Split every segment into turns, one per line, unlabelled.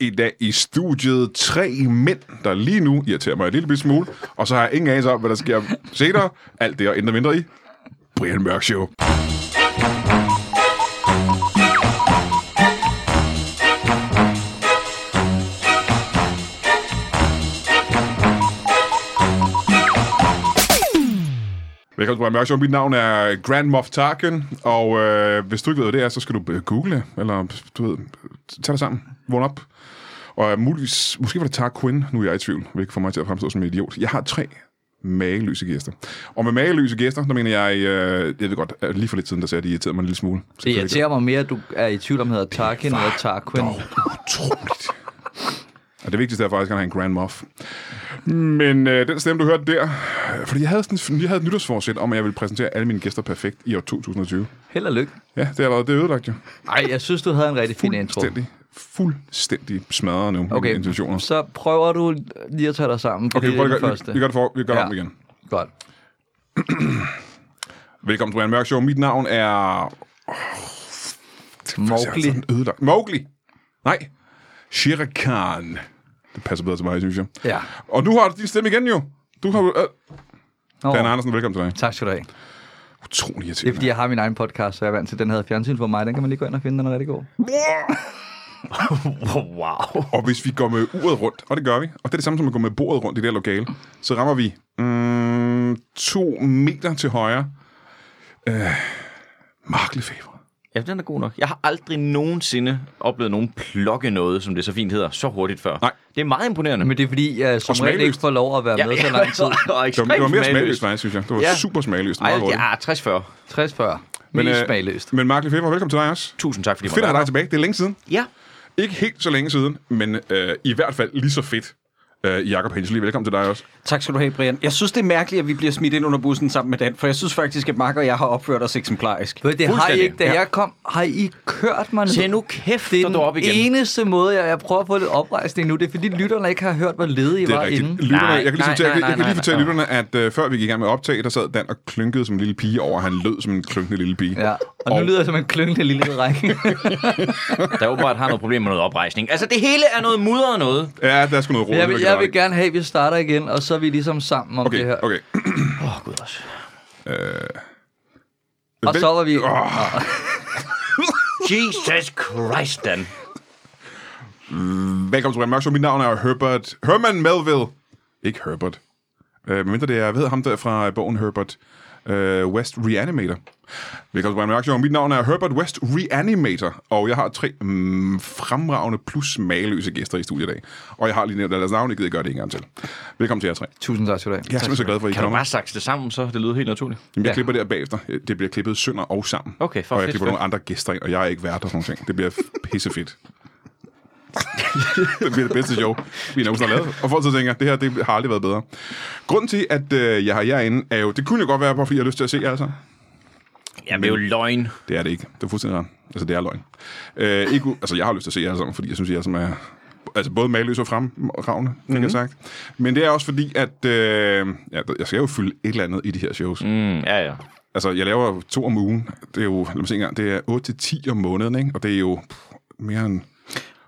i dag i studiet tre mænd, der lige nu irriterer mig en lille bitte smule, og så har jeg ingen anelse om, hvad der sker senere. Alt det og endnu mindre i Brian Mørk Show. Velkommen til Brian Mørk Show. Mit navn er Grand Moff Tarkin, og øh, hvis du ikke ved, hvad det er, så skal du øh, google, det, eller du ved, tag dig sammen, vågn op. Og øh, muligvis, måske var det Tarquin, nu er jeg i tvivl, hvilket får mig til at fremstå som en idiot. Jeg har tre mageløse gæster. Og med mageløse gæster, der mener jeg, øh, jeg ved godt, at lige for lidt siden, der sagde jeg, at de irriterede mig en lille smule. Så
Det
jeg
irriterer mig mere, at du er i tvivl om, hedder Tarkin eller Tarquin.
Dog, utroligt. Og det vigtigste er faktisk, at han er en Grand Moff. Men øh, den stemme, du hørte der... øh, Fordi jeg havde, sådan, jeg havde et nytårsforsæt om, at jeg ville præsentere alle mine gæster perfekt i år 2020.
Held og lykke.
Ja, det er allerede det er ødelagt jo.
Ej, jeg synes, du havde en rigtig fin intro.
Fuldstændig, fuldstændig smadret nu okay.
Okay,
intentioner.
så prøver du lige at tage dig sammen.
Okay, vi,
det er
prøver,
det
det,
første.
vi, vi gør det, for, vi gør det
Ja.
om igen.
Godt.
Velkommen til Brian Mørk Show. Mit navn er...
Mowgli.
altså Sådan Ødelagt. Mowgli. Nej. Shere Khan. Det passer bedre til mig, synes jeg.
Ja.
Og nu har du din stemme igen jo. Du har jo... Øh,
Nå,
Dan Andersen, velkommen til dig.
tak skal du have.
Utrolig
Det er,
irriterende.
fordi jeg har min egen podcast, så jeg er vant til, at den hedder Fjernsyn for mig. Den kan man lige gå ind og finde, den er rigtig god. wow.
Og hvis vi går med uret rundt, og det gør vi, og det er det samme som at gå med bordet rundt i det her lokale, så rammer vi mm, to meter til højre. Øh, Mark Lefebvre.
Ja, den er god nok. Jeg har aldrig nogensinde oplevet nogen plukke noget, som det så fint hedder, så hurtigt før.
Nej.
Det er meget imponerende.
Men det er fordi, jeg som regel ikke
smagløst.
får lov at være med så lang tid.
og
Det var, det var mere smagløst,
smagløst.
faktisk, synes jeg. Det var ja.
Ja.
super smagløst.
Ej,
Meget hurtigt.
ja, 60-40.
60 før.
Men,
Mest
øh,
smagløst.
Men Mark Lefebvre, velkommen til dig også.
Tusind tak, fordi
Fedt at have dig tilbage. Det er længe siden.
Ja.
Ikke helt så længe siden, men øh, i hvert fald lige så fedt. Øh, Jakob Hensley, velkommen til dig også.
Tak skal du have, Brian. Jeg synes, det er mærkeligt, at vi bliver smidt ind under bussen sammen med Dan, for jeg synes faktisk, at Mark og jeg har opført os eksemplarisk.
Men det har I
Fuldstændig.
ikke, da jeg kom. Har I kørt mig nu?
Se nu kæft,
Det er
så
den
du op igen.
eneste måde, jeg, jeg prøver at få lidt oprejsning nu. Det er fordi, lytterne ikke har hørt, hvor ledige I
Det
var
er rigtigt.
inden.
Lytterne,
Nej,
jeg kan lige,
nej,
fortælle, jeg
nej,
kan lige
nej,
fortælle
nej.
lytterne, at øh, før vi gik i gang med optag, der sad Dan og klynkede som en lille pige over. Han lød som en klynkende lille pige.
Ja, og nu
Og-
lyder jeg som en klyngende lille dreng.
Der er åbenbart har noget problem med noget oprejsning. Altså, det hele er noget mudder og noget.
Ja, der er sgu noget råd.
jeg, vil, jeg vil gerne have, at vi starter igen, og så er vi ligesom sammen om det her.
Okay, okay.
Åh, oh, gud også.
Og så var vi...
Jesus Christ, Dan.
Velkommen til Brian Mørk Show. Mit navn er Herbert... Herman Melville. Ikke Herbert. Øh, mindre det er, jeg ved ham der fra bogen Herbert øh, West Reanimator. Velkommen til Brian Mørk Show. Mit navn er Herbert West Reanimator, og jeg har tre mm, fremragende plus mageløse gæster i studiet i dag. Og jeg har lige nævnt deres navn, jeg gider gøre det en gang til. Velkommen til jer tre. Jeg
Tusind tak skal du have.
er simpelthen så glad for, at I
Kan du
kommer.
bare sakse det sammen, så det lyder helt naturligt?
Jamen, jeg
Ja.
klipper det her bagefter. Øh, Det bliver klippet sønder og sammen.
Okay, for
Og jeg
fedt,
klipper
fedt.
nogle andre gæster ind, og jeg er ikke vært og sådan nogle ting. Det bliver pissefedt. det bliver det bedste show, vi nogensinde har lavet. Og folk så tænker, det her det har aldrig været bedre. Grunden til, at øh, jeg har jer inde, er jo, det kunne jo godt være, bare fordi jeg har lyst til at se jer altså.
Jamen, det er jo løgn.
Det er det ikke. Det er fuldstændig ret. Altså, det er løgn. Øh, ikke, u- altså, jeg har lyst til at se jer sammen, fordi jeg synes, jeg som er altså, både maløs og fremragende, fik
Mhm.
mm-hmm. jeg sagt. Men det er også fordi, at øh, ja, jeg skal jo fylde et eller andet i de her shows.
Mm, ja, ja.
Altså, jeg laver jo to om ugen. Det er jo, lad mig se engang, det er 8-10 om måneden, ikke? Og det er jo pff, mere end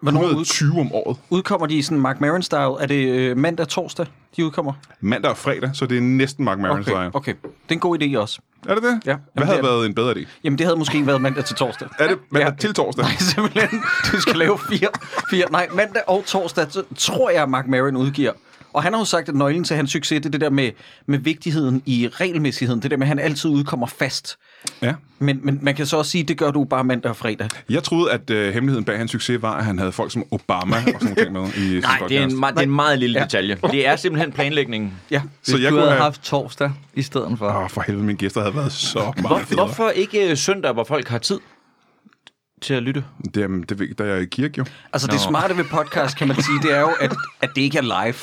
Hvornår ud,
120 om året.
udkommer de i sådan Mark Maron-style? Er det øh, mandag og torsdag, de udkommer?
Mandag og fredag, så det er næsten Mark Maron
Okay,
okay, okay.
okay. Det er en god idé også.
Er det det?
Ja.
Hvad
Jamen,
havde
det er
været en bedre idé?
Jamen, det havde måske været mandag til torsdag.
Er det mandag til torsdag?
Nej, simpelthen. Du skal lave fire, fire. Nej, mandag og torsdag, så tror jeg, Mark Maron udgiver. Og han har jo sagt, at nøglen til hans succes, det er det der med, med vigtigheden i regelmæssigheden. Det der med, at han altid udkommer fast.
Ja.
Men, men man kan så også sige, at det gør du bare mandag og fredag.
Jeg troede, at øh, hemmeligheden bag hans succes var, at han havde folk som Obama og sådan nogle ting med i sin
Nej, det er en,
podcast.
me- det er en meget lille detalje. Det er simpelthen planlægningen.
Ja.
Så jeg
du
kunne
havde
have... Ah.
haft torsdag i stedet for.
Åh, for helvede, mine gæster havde været så meget
Hvor,
federe.
hvorfor ikke øh, søndag, hvor folk har tid til at lytte?
Det, er, det ved jeg ikke, da jeg er i kirke, jo.
Altså Nå. det smarte ved podcast, kan man sige, det er jo, at, at det ikke er live.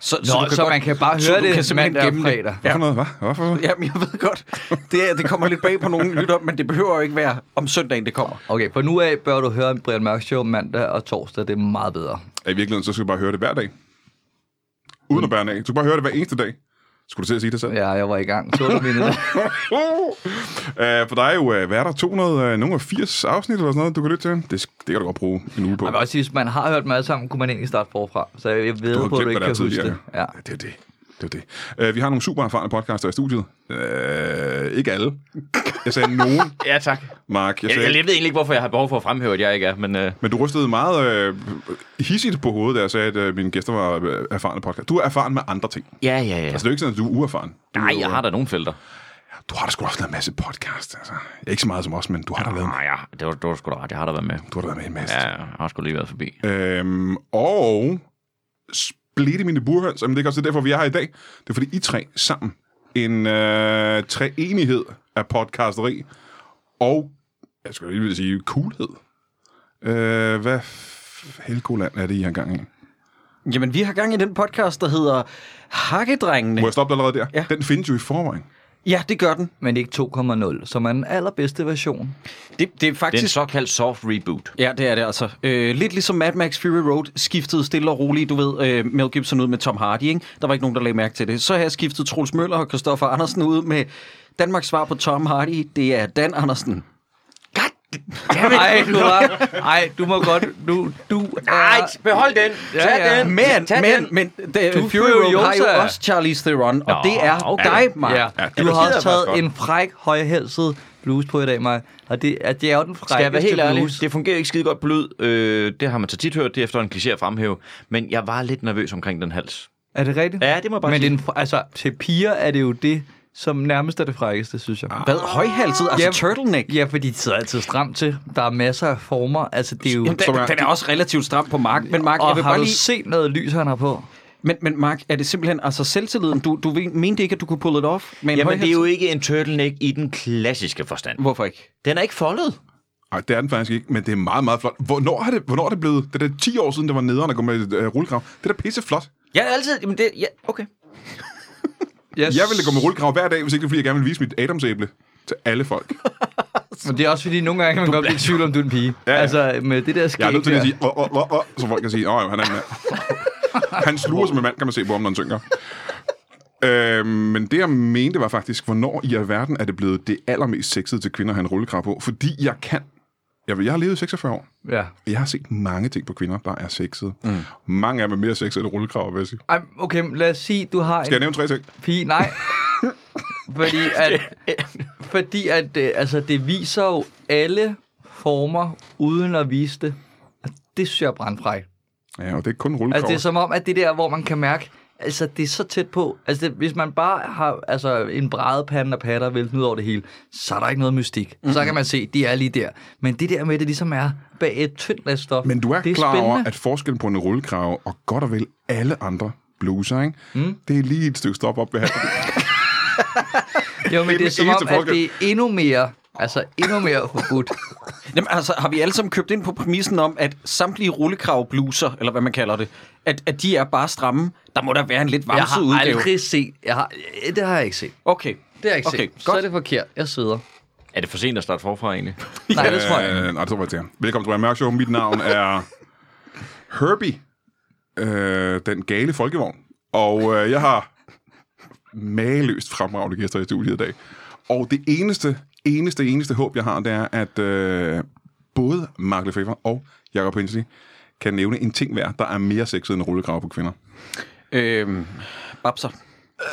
Så,
Nå, så, så man kan bare
så
høre
du kan
det
simpelthen
mandag og
gemme det.
fredag.
Hvorfor noget, hva? Hvorfor?
Jamen, jeg ved godt, det, er, det kommer lidt bag på nogle lytter, men det behøver jo ikke være om søndagen, det kommer.
Okay, på nu af bør du høre Brian Mørk Show mandag og torsdag. Det er meget bedre.
Ja, I virkeligheden, så skal du bare høre det hver dag. Uden at bære den af. Du skal bare høre det hver eneste dag. Skulle du til at sige det selv?
Ja, jeg var i gang. Så du mine
uh, for der er jo, uh, hvad er der, 200, uh, nogle af 80 afsnit eller sådan noget, du kan lytte til. Det, det kan du godt bruge en uge på.
Jeg vil også sige, hvis man har hørt dem alle sammen, kunne man egentlig starte forfra. Så jeg, jeg ved
Du har
på, at du
glemt,
ikke
hvad der
kan
er
huske det.
tidligere.
Ja.
Ja, det er det. Det er det. Uh, vi har nogle super erfarne podcaster i studiet. Uh, ikke alle. Jeg sagde nogen,
Ja, tak.
Mark. Jeg
Jeg, jeg,
sagde,
jeg ved egentlig ikke, hvorfor jeg har behov for at fremhæve, at jeg ikke er, men øh,
men du rystede meget øh, hissigt på hovedet, da jeg sagde, at øh, mine gæster var øh, erfarne podcast. Du er erfaren med andre ting. Ja.
ja, ja, ja.
Altså, det er jo ikke sådan, at du er uerfaren. Du, er
Nej,
jo,
jeg har da nogle felter.
øh, du har da sgu da også lavet en masse podcast. Altså. Ikke så meget som os, men du har da lavet,
Nej, ja, det var, det var sgu da ret. Jeg har da været med.
du har da været med i en masse.
Ja, jeg har sgu lige været forbi.
Øhm, og splitte mine burhøns. Jamen, det er også derfor, vi er her i dag. Det er fordi, I tre sammen. En øh, treenighed af podcasteri. Og, jeg skulle lige vil sige, coolhed. Øh, hvad f- Helgoland er det, I har gang i?
Jamen, vi har gang i den podcast, der hedder Hakkedrengene.
Må jeg stoppe dig allerede der?
Ja.
Den findes jo i forvejen.
Ja, det gør den.
Men ikke 2,0, som er den allerbedste version.
Det, det er
Det er en
faktisk...
såkaldt soft reboot.
Ja, det er det altså. Øh, lidt ligesom Mad Max Fury Road skiftede stille og roligt, du ved, øh, Mel Gibson ud med Tom Hardy, ikke? Der var ikke nogen, der lagde mærke til det. Så har jeg skiftet Troels Møller og Christoffer Andersen ud med Danmarks svar på Tom Hardy. Det er Dan Andersen.
Ej, du, var, ej, du må godt... Du, du er,
behold den.
Tag ja. den.
Men, men, men det,
Du
Fury Road har jo
Furiosa.
også Charlize Theron, og
Nå,
det er
okay.
dig, Mark.
Ja,
Ja, det
du har
lyder
også taget
faktisk
en fræk, højhælset blues på i dag, Maja. Og det, at det er jo den frækkeste
Skal jeg være helt ærlig,
blues.
det fungerer ikke skide godt på lyd. Øh, det har man så tit hørt, det er efter en kliché at fremhæve. Men jeg var lidt nervøs omkring den hals.
Er det rigtigt?
Ja, det må jeg bare
Men det er
sige.
en, fr- altså, til piger er det jo det, som nærmest er det frækkeste, synes jeg.
Ah.
Hvad? Højhalset? Altså
Ja.
turtleneck?
Ja, fordi de sidder altid stramt til. Der er masser af former. Altså, det er jo...
Jamen,
Som er-
den, den er også relativt stram på Mark, men Mark, jeg
og
vil
har
bare
du
lige...
set noget lys, han har på?
Men, men Mark, er det simpelthen altså selvtilliden? Du, du ved- mente ikke, at du kunne pull it off med en
Jamen, det er
højhalset?
jo ikke en turtleneck i den klassiske forstand.
Hvorfor ikke?
Den er ikke foldet.
Nej, det er den faktisk ikke, men det er meget, meget flot. Hvornår er det, hvornår er det blevet? Det er da 10 år siden, det var nederen at gå med et øh, rullegrav. Det er da pisseflot.
Jeg er altid... Jamen, det, ja, okay.
Yes.
Jeg ville gå med rullegrav hver dag, hvis ikke det er, fordi jeg gerne ville vise mit adamsæble til alle folk.
Men det er også fordi, nogle gange kan man godt blive i tvivl, om du er en pige. Ja,
ja.
ja. Altså, med det der skæg
Jeg er nødt til lige
der.
at sige, åh, åh, åh, åh, så folk kan sige, åh, jo, han er en mand. Han sluger som en mand, kan man se på ham, når han synker. Øh, men det, jeg mente, var faktisk, hvornår i alverden er det blevet det allermest sexede til kvinder, han rullekrav på? Fordi jeg kan. Jeg, jeg har levet i 46 år.
Ja.
og Jeg har set mange ting på kvinder, der er sexede. Mm. Mange af dem er mere sexede end rullekrav, vil jeg sige.
Ej, okay, men lad os sige, du har en
Skal jeg nævne tre ting?
pige. Nej. fordi at, fordi at øh, altså, det viser jo alle former, uden at vise det. Og Det synes jeg er brandfrækt.
Ja, og det er kun rullekrav.
Altså, det er som om, at det der, hvor man kan mærke, altså, det er så tæt på. Altså, det, hvis man bare har altså, en brædepande og patter væltet ud over det hele, så er der ikke noget mystik. Mm-hmm. Så kan man se, de er lige der. Men det der med, det ligesom er bag et tyndt lag stof,
Men du er,
det er
klar
spændende.
over, at forskellen på en rullekrave og godt og vel alle andre bluser, ikke? Mm. det er lige et stykke stop op ved halsen.
Jo, men
det er
det er,
den
som om,
eneste
at
forskel.
det er endnu mere, altså endnu mere forbudt.
Jamen, altså, har vi alle sammen købt ind på præmissen om, at samtlige rullekravbluser, eller hvad man kalder det, at, at de er bare stramme? Der må der være en lidt
Jeg
varmset
har
udgave.
aldrig set, jeg har, det har jeg ikke set.
Okay.
Det har jeg ikke
okay,
set.
Godt.
Så er det forkert. Jeg sidder.
Er det for sent at starte forfra, egentlig?
Nej, det tror jeg ikke.
Øh, nej, det tror jeg til. Velkommen til Brian Mørk Show. Mit navn er Herbie, øh, den gale folkevogn. Og øh, jeg har mageløst fremragende gæster i studiet i dag. Og det eneste, eneste, eneste håb, jeg har, det er, at øh, både Mark Lefebvre og Jacob Hensley kan nævne en ting hver, der er mere sexet end rullegrave på kvinder.
Øhm, babser.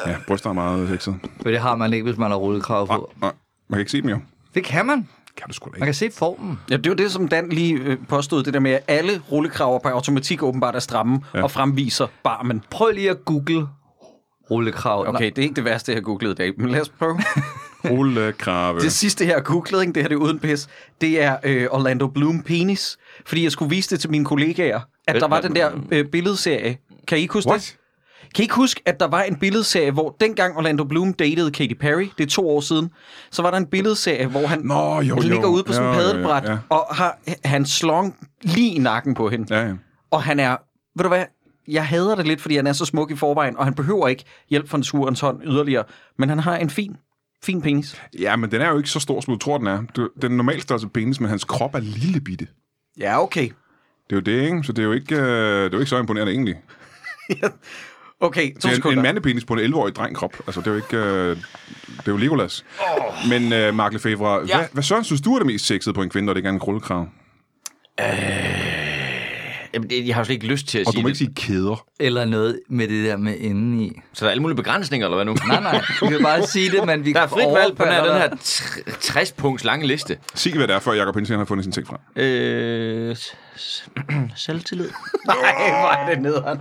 Ja, bryster er meget sexet.
For det har man ikke, hvis man har rullekrav på.
Nej, man kan ikke se dem jo.
Det kan man.
Kan du sgu da
Man
ikke.
kan se formen.
Ja, det var det, som Dan lige øh, påstod, det der med, at alle rullekraver på automatik åbenbart er stramme ja. og fremviser barmen.
Prøv lige at google rullekrav.
Okay, det er ikke det værste, jeg har googlet i dag, men lad os prøve.
Rullekrave.
Det sidste her googlede, ikke? det her det er uden pis, det er øh, Orlando Bloom penis. Fordi jeg skulle vise det til mine kollegaer, at der var den der øh, billedserie. Kan I ikke huske
What?
det? Kan I ikke huske, at der var en billedserie, hvor dengang Orlando Bloom datede Katy Perry, det er to år siden, så var der en billedserie, hvor han
Nå, jo, jo.
ligger ude på sådan
Ja,
en
ja, ja,
padelbræt,
ja.
og har han slong lige i nakken på hende.
Ja, ja.
Og han er, ved du hvad, jeg hader det lidt, fordi han er så smuk i forvejen, og han behøver ikke hjælp fra en surens hånd yderligere, men han har en fin, fin penis.
Ja, men den er jo ikke så stor, som du tror, den er. Du, den normale størrelse penis, men hans krop er lille bitte.
Ja, okay.
Det er jo det, ikke? Så det er jo ikke, øh, det er jo ikke så imponerende egentlig.
Okay, to
Det er en, en
sekunder.
mandepenis på en 11-årig drengkrop. Altså, det er jo ikke... Øh, det er jo Legolas. Oh. Men øh, Mark Lefebvre, ja. hvad, hvad søren synes du er det mest sexede på en kvinde, når det ikke er en krullekrav?
Jamen, det- jeg har jo slet ikke lyst til at
Og du
sige
må
det.
ikke sige kæder.
Eller noget med det der med inden i.
Så der er alle mulige begrænsninger, eller hvad nu?
Nej, nej, vi kan bare sige det, men vi
Der er
kan
frit valg på den her,
overfalde
den her
dig.
tr- 60 punkts lange liste.
Sig, hvad det er, før Jacob Hensen har fundet sin ting frem.
Øh, s- s- selvtillid.
Nej, hvor er det nederen.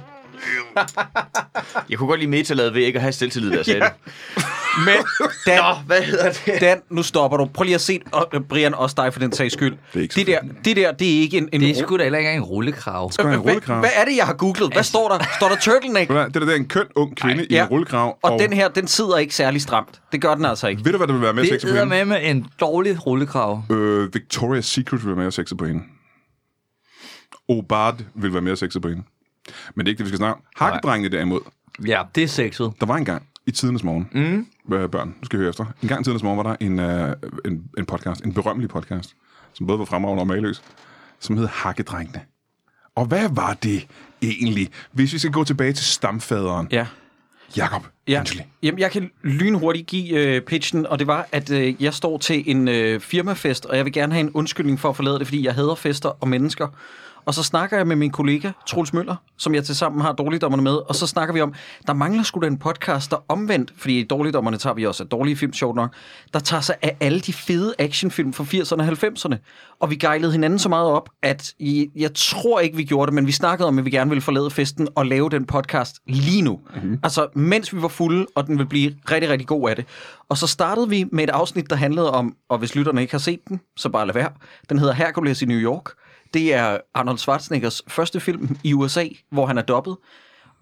Jeg kunne godt lide metaladet ved ikke at have selvtillid, der sagde ja. det.
Men Dan,
Nå, hvad hedder det?
Dan, nu stopper du. Prøv lige at se, og øh, Brian, også dig for den sags skyld.
Det er ikke så
det, der, det der, det er ikke en... en
Det er sgu da heller ikke engang en rullekrav.
Det er en
hvad,
rullekrav.
hvad er det, jeg har googlet? Hvad står der? Står der turtleneck?
Ved du hvad, Det der, det er en køn, ung kvinde Ej, i
ja.
en rullekrav.
Og, og den her, den sidder ikke særlig stramt. Det gør den altså ikke.
Ved du, hvad der vil være mere
Det
sexet på
er
hende?
med med en dårlig rullekrav.
Øh, Victoria's Secret vil være mere sexet på hende. Obard vil være mere sexet på hende. Men det er ikke det, vi skal snakke om. Hakkedrengene derimod,
Ja, det er sexet.
der var engang i tidernes morgen, mm. øh, børn, nu skal I høre efter. En gang i tidernes morgen var der en, øh, en, en podcast, en berømmelig podcast, som både var fremragende og mageløs, som hed Hakkedrengene. Og hvad var det egentlig, hvis vi skal gå tilbage til stamfaderen, ja.
Ja.
Jakob ja.
Ja.
Angeli?
Jamen, jeg kan lynhurtigt give øh, pitchen, og det var, at øh, jeg står til en øh, firmafest, og jeg vil gerne have en undskyldning for at forlade det, fordi jeg hader fester og mennesker. Og så snakker jeg med min kollega, Troels Møller, som jeg til sammen har dårligdommerne med, og så snakker vi om, der mangler sgu da en podcast, der omvendt, fordi i dårligdommerne tager vi også af dårlige film, sjovt nok, der tager sig af alle de fede actionfilm fra 80'erne og 90'erne. Og vi gejlede hinanden så meget op, at I, jeg tror ikke, vi gjorde det, men vi snakkede om, at vi gerne ville forlade festen og lave den podcast lige nu. Mm-hmm. Altså, mens vi var fulde, og den ville blive rigtig, rigtig god af det. Og så startede vi med et afsnit, der handlede om, og hvis lytterne ikke har set den, så bare lad være. Den hedder Hercules i New York. Det er Arnold Schwarzeneggers første film i USA, hvor han er dobbet.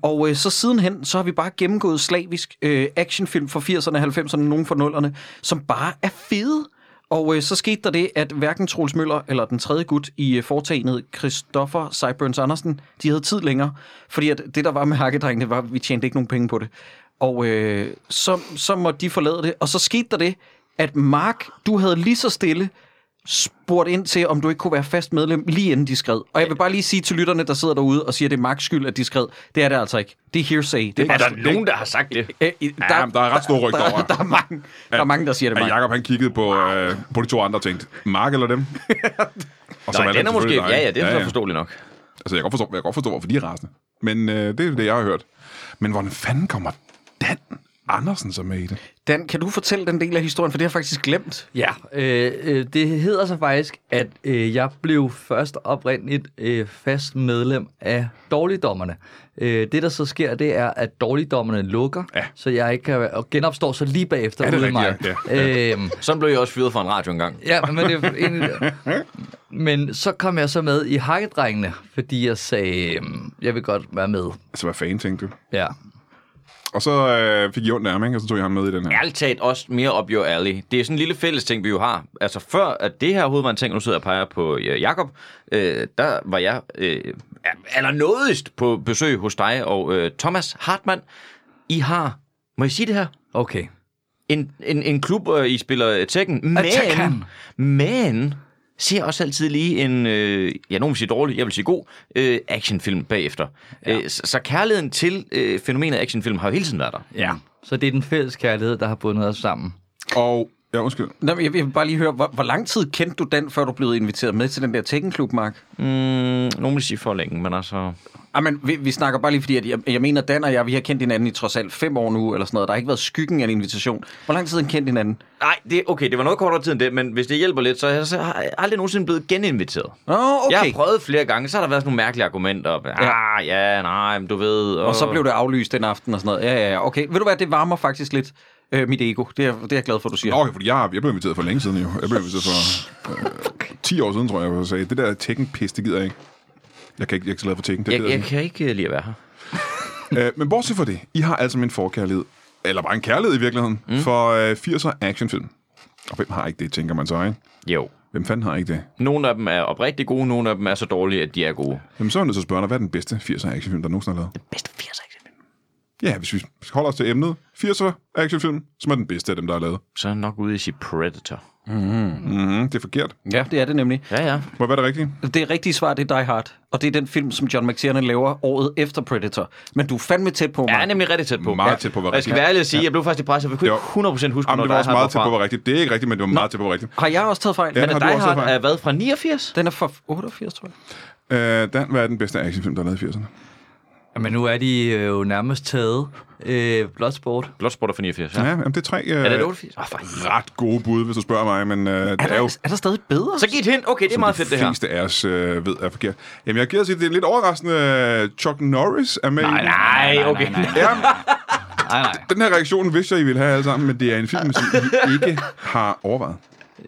Og øh, så sidenhen, så har vi bare gennemgået slavisk øh, actionfilm fra 80'erne, 90'erne, nogen fra 0'erne, som bare er fede. Og øh, så skete der det, at hverken Troels Møller eller den tredje gut i øh, foretagendet, Christoffer Seiburns Andersen, de havde tid længere. Fordi at det, der var med hakkedrengene, var, at vi tjente ikke nogen penge på det. Og øh, så, så måtte de forlade det. Og så skete der det, at Mark, du havde lige så stille spurgt ind til, om du ikke kunne være fast medlem, lige inden de skred. Og jeg vil bare lige sige til lytterne, der sidder derude og siger, at det er Marks skyld, at de skred. Det er det altså ikke. Det er hearsay. Det er,
Er
bare-
der nogen, der har sagt det?
Øh, i-
Ja, men der er ret store rygter
der,
over.
der, er mange, der er mange, der siger det.
At
Mark.
Jacob han kiggede på, øh, på de to andre og tænkte, Mark eller dem? og
Nej,
valgte
den er
han
måske...
selvfølgelig dig.
Ja, ja, det er så forståeligt nok.
Altså, jeg kan godt forstå, jeg kan godt forstå hvorfor de er rasende. Men øh, det er det, jeg har hørt. Men hvordan fanden kommer Dan Andersen så med i det?
Dan, kan du fortælle den del af historien, for det har jeg faktisk glemt.
Ja, øh, øh, det hedder så faktisk, at øh, jeg blev først oprindeligt øh, fast medlem af dårligdommerne. Øh, det, der så sker, det er, at dårligdommerne lukker, ja. så jeg ikke kan være, og genopstår så lige bagefter
Ja, det er
uden mig.
rigtigt, ja.
Øhm,
Sådan blev jeg også fyret fra en radio engang.
Ja, men det er egentlig... Men så kom jeg så med i Hakkedrengene, fordi jeg sagde, øhm, jeg vil godt være med.
Altså, hvad fanden tænkte du?
Ja.
Og så øh, fik I ondt af ham, ikke? Og så tog jeg ham med i den her.
Ærligt talt også mere op your alley. Det er sådan en lille fælles ting, vi jo har. Altså før, at det her overhovedet var en ting, og nu sidder jeg og peger på øh, Jakob, øh, der var jeg øh, allernådigst på besøg hos dig og øh, Thomas Hartmann. I har, må jeg sige det her,
Okay.
en, en, en klub, øh, I spiller Tekken, men,
Tekken.
men ser også altid lige en, øh, ja, nogen vil sige dårlig, jeg vil sige god, øh, actionfilm bagefter. Ja. Øh, så, så kærligheden til øh, fænomenet actionfilm har jo hele tiden været der.
Ja. Så det er den fælles kærlighed, der har bundet os sammen.
Og, ja, undskyld.
Nå, men jeg jeg vil bare lige høre, hvor, hvor lang tid kendte du Dan, før du blev inviteret med til den der Tekken-klub, Mark?
Mm, nogen vil sige for længe, men altså...
Jamen, vi, vi snakker bare lige, fordi at jeg, jeg mener, Dan og jeg, vi har kendt hinanden i trods alt fem år nu, eller sådan noget. Der har ikke været skyggen af en invitation. Hvor lang tid har I kendt hinanden?
Nej, det, okay, det var noget kortere tid end det, men hvis det hjælper lidt, så er jeg så har jeg aldrig nogensinde blevet geninviteret.
Nå, okay.
Jeg har prøvet flere gange, så har der været sådan nogle mærkelige argumenter. Ah, ja, nej, men du ved...
Og så blev det aflyst den aften og sådan noget. Ja, ja, ja. Okay. Ved du hvad, det varmer faktisk lidt øh, mit ego. Det er, det er jeg glad for, du siger.
Okay, fordi jeg, jeg blev inviteret for længe siden jo. Jeg blev inviteret for øh, 10 år siden, tror jeg, hvor jeg sagde, det der Tekken-pis, det gider jeg ikke. Jeg kan ikke, jeg er ikke så glad for Tekken, det
Jeg,
gider
jeg kan ikke øh, lide at være her.
ikke. Øh, men bortset fra det, I har altså min forkærlighed, eller bare en kærlighed i virkeligheden, mm. for øh, 80'er actionfilm. Og hvem har ikke det, tænker man så, ikke?
Jo.
Hvem fanden har ikke det?
Nogle af dem er oprigtig gode, nogle af dem er så dårlige, at de er gode.
Jamen, så er jeg nødt til at spørge dig, hvad er den bedste 80'er actionfilm, der nogensinde er lavet?
Bedste 80'er, ikke?
ja, hvis vi holder os til emnet, 80'er actionfilm, som er den bedste af dem, der er lavet.
Så er han nok ude i sit Predator.
Mm, det er forkert.
Ja, det er det nemlig.
Ja, ja.
Må være det rigtige?
Det rigtige svar, det er Die Hard. Og det er den film, som John McTiernan laver året efter Predator. Men du er fandme tæt på,
Jeg er
mig.
nemlig rigtig tæt på.
Meget
ja.
tæt på at være
Og Jeg skal
rigtig.
være ærlig og sige, jeg blev faktisk i presset, for jeg kunne
Jo.
ikke 100% huske,
Jamen, det
hvornår
var også
Die Hard
meget tæt på at
fra.
være rigtigt. Det er ikke rigtigt, men det var meget tæt på at være rigtigt.
Har jeg også taget fejl?
Ja.
Ja.
Men er
har du
Die
også
Hard
erfaring.
er hvad, fra 89?
Den er fra 88, tror jeg.
Øh, Dan, hvad er den bedste actionfilm, der er lavet i 80'erne?
Men nu er de øh, jo nærmest taget. Øh, Bloodsport.
Bloodsport er fra 89, ja.
Ja, jamen, det er tre øh,
Er det 88? Åh, for helvede.
ret gode bud, hvis du spørger mig, men øh, det er
Er,
jo
der, er der stadig bedre?
Så giv et hint. Okay, det er meget fedt, det
De
her.
fleste af os øh, ved er forkert. Jamen, jeg giver sig, det er lidt overraskende. øh, Chuck Norris er med i den.
Nej, okay.
Ja,
Nej, nej.
den her reaktion vidste jeg, I ville have alle sammen, men det er en film, som I ikke har overvejet.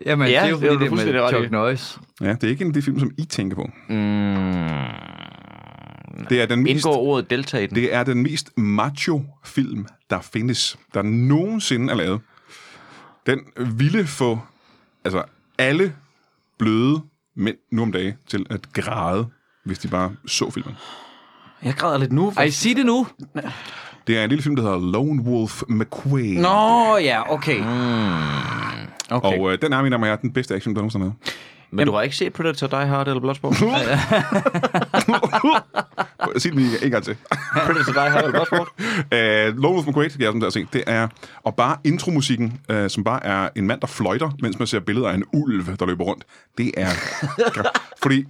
Jamen,
Ja,
det er jo
det er
fordi,
du
det er
fuldstændig ret
med
i.
Chuck Norris.
Ja, det er ikke en af de film, som I tænker på.
Mm.
Det er den mest,
Indgår ordet delta i den?
det er den mest macho-film, der findes, der nogensinde er lavet. Den ville få altså, alle bløde mænd nu om dage til at græde, hvis de bare så filmen.
Jeg græder lidt nu. For...
Ej, sig det nu.
Det er en lille film, der hedder Lone Wolf McQueen.
Nå, ja, okay. Mm. Okay.
Og øh, den er, mener jeg, den bedste action, der nogensinde er. lavet.
Men du har ikke set Predator, Die Hard eller Bloodsport?
Sig det lige en gang til.
Predator, Die Hard eller Bloodsport?
Øh, Lone Wolf McQuaid, jeg som der har set, det er, og bare intromusikken, øh, som bare er en mand, der fløjter, mens man ser billeder af en ulv, der løber rundt. Det er... fordi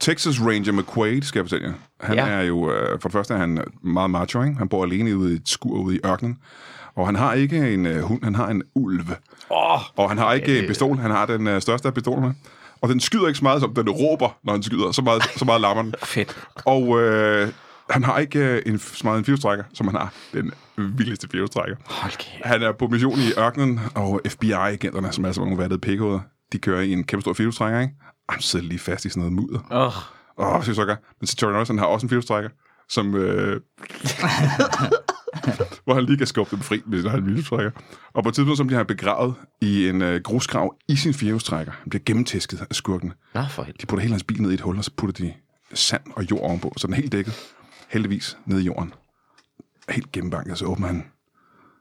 Texas Ranger McQuaid, skal jeg fortælle jer, han
Ja.
ja. er jo, øh, for det første er han meget macho, ikke? han bor alene ude i et skur ude i ørkenen, og han har ikke en øh, hund, han har en ulv. Oh, og han har ikke en pistol, han har den øh, største af pistolerne. Og den skyder ikke så meget, som den råber, når han skyder. Så meget, så meget larmer den.
Fedt.
Og øh, han har ikke øh, en, så meget en firestrækker, som han har den vildeste firestrækker.
Hold kæft.
Han er på mission i ørkenen, og FBI-agenterne, som er sådan nogle vattede pikhoveder, de kører i en kæmpe stor firestrækker, ikke? Og han sidder lige fast i sådan noget mudder.
Oh.
Åh, oh, så Men så Charlie Anderson har også en firestrækker, som... Øh, hvor han lige kan skubbe dem fri, hvis der er en firestrækker. Og på et tidspunkt, så bliver han begravet i en øh, grusgrav i sin firestrækker. Han bliver gennemtæsket af skurken.
Nå, for helvede.
De putter hele hans bil ned i et hul, og så putter de sand og jord ovenpå, så den er helt dækket. Heldigvis ned i jorden. Helt gennembanket, så åbner han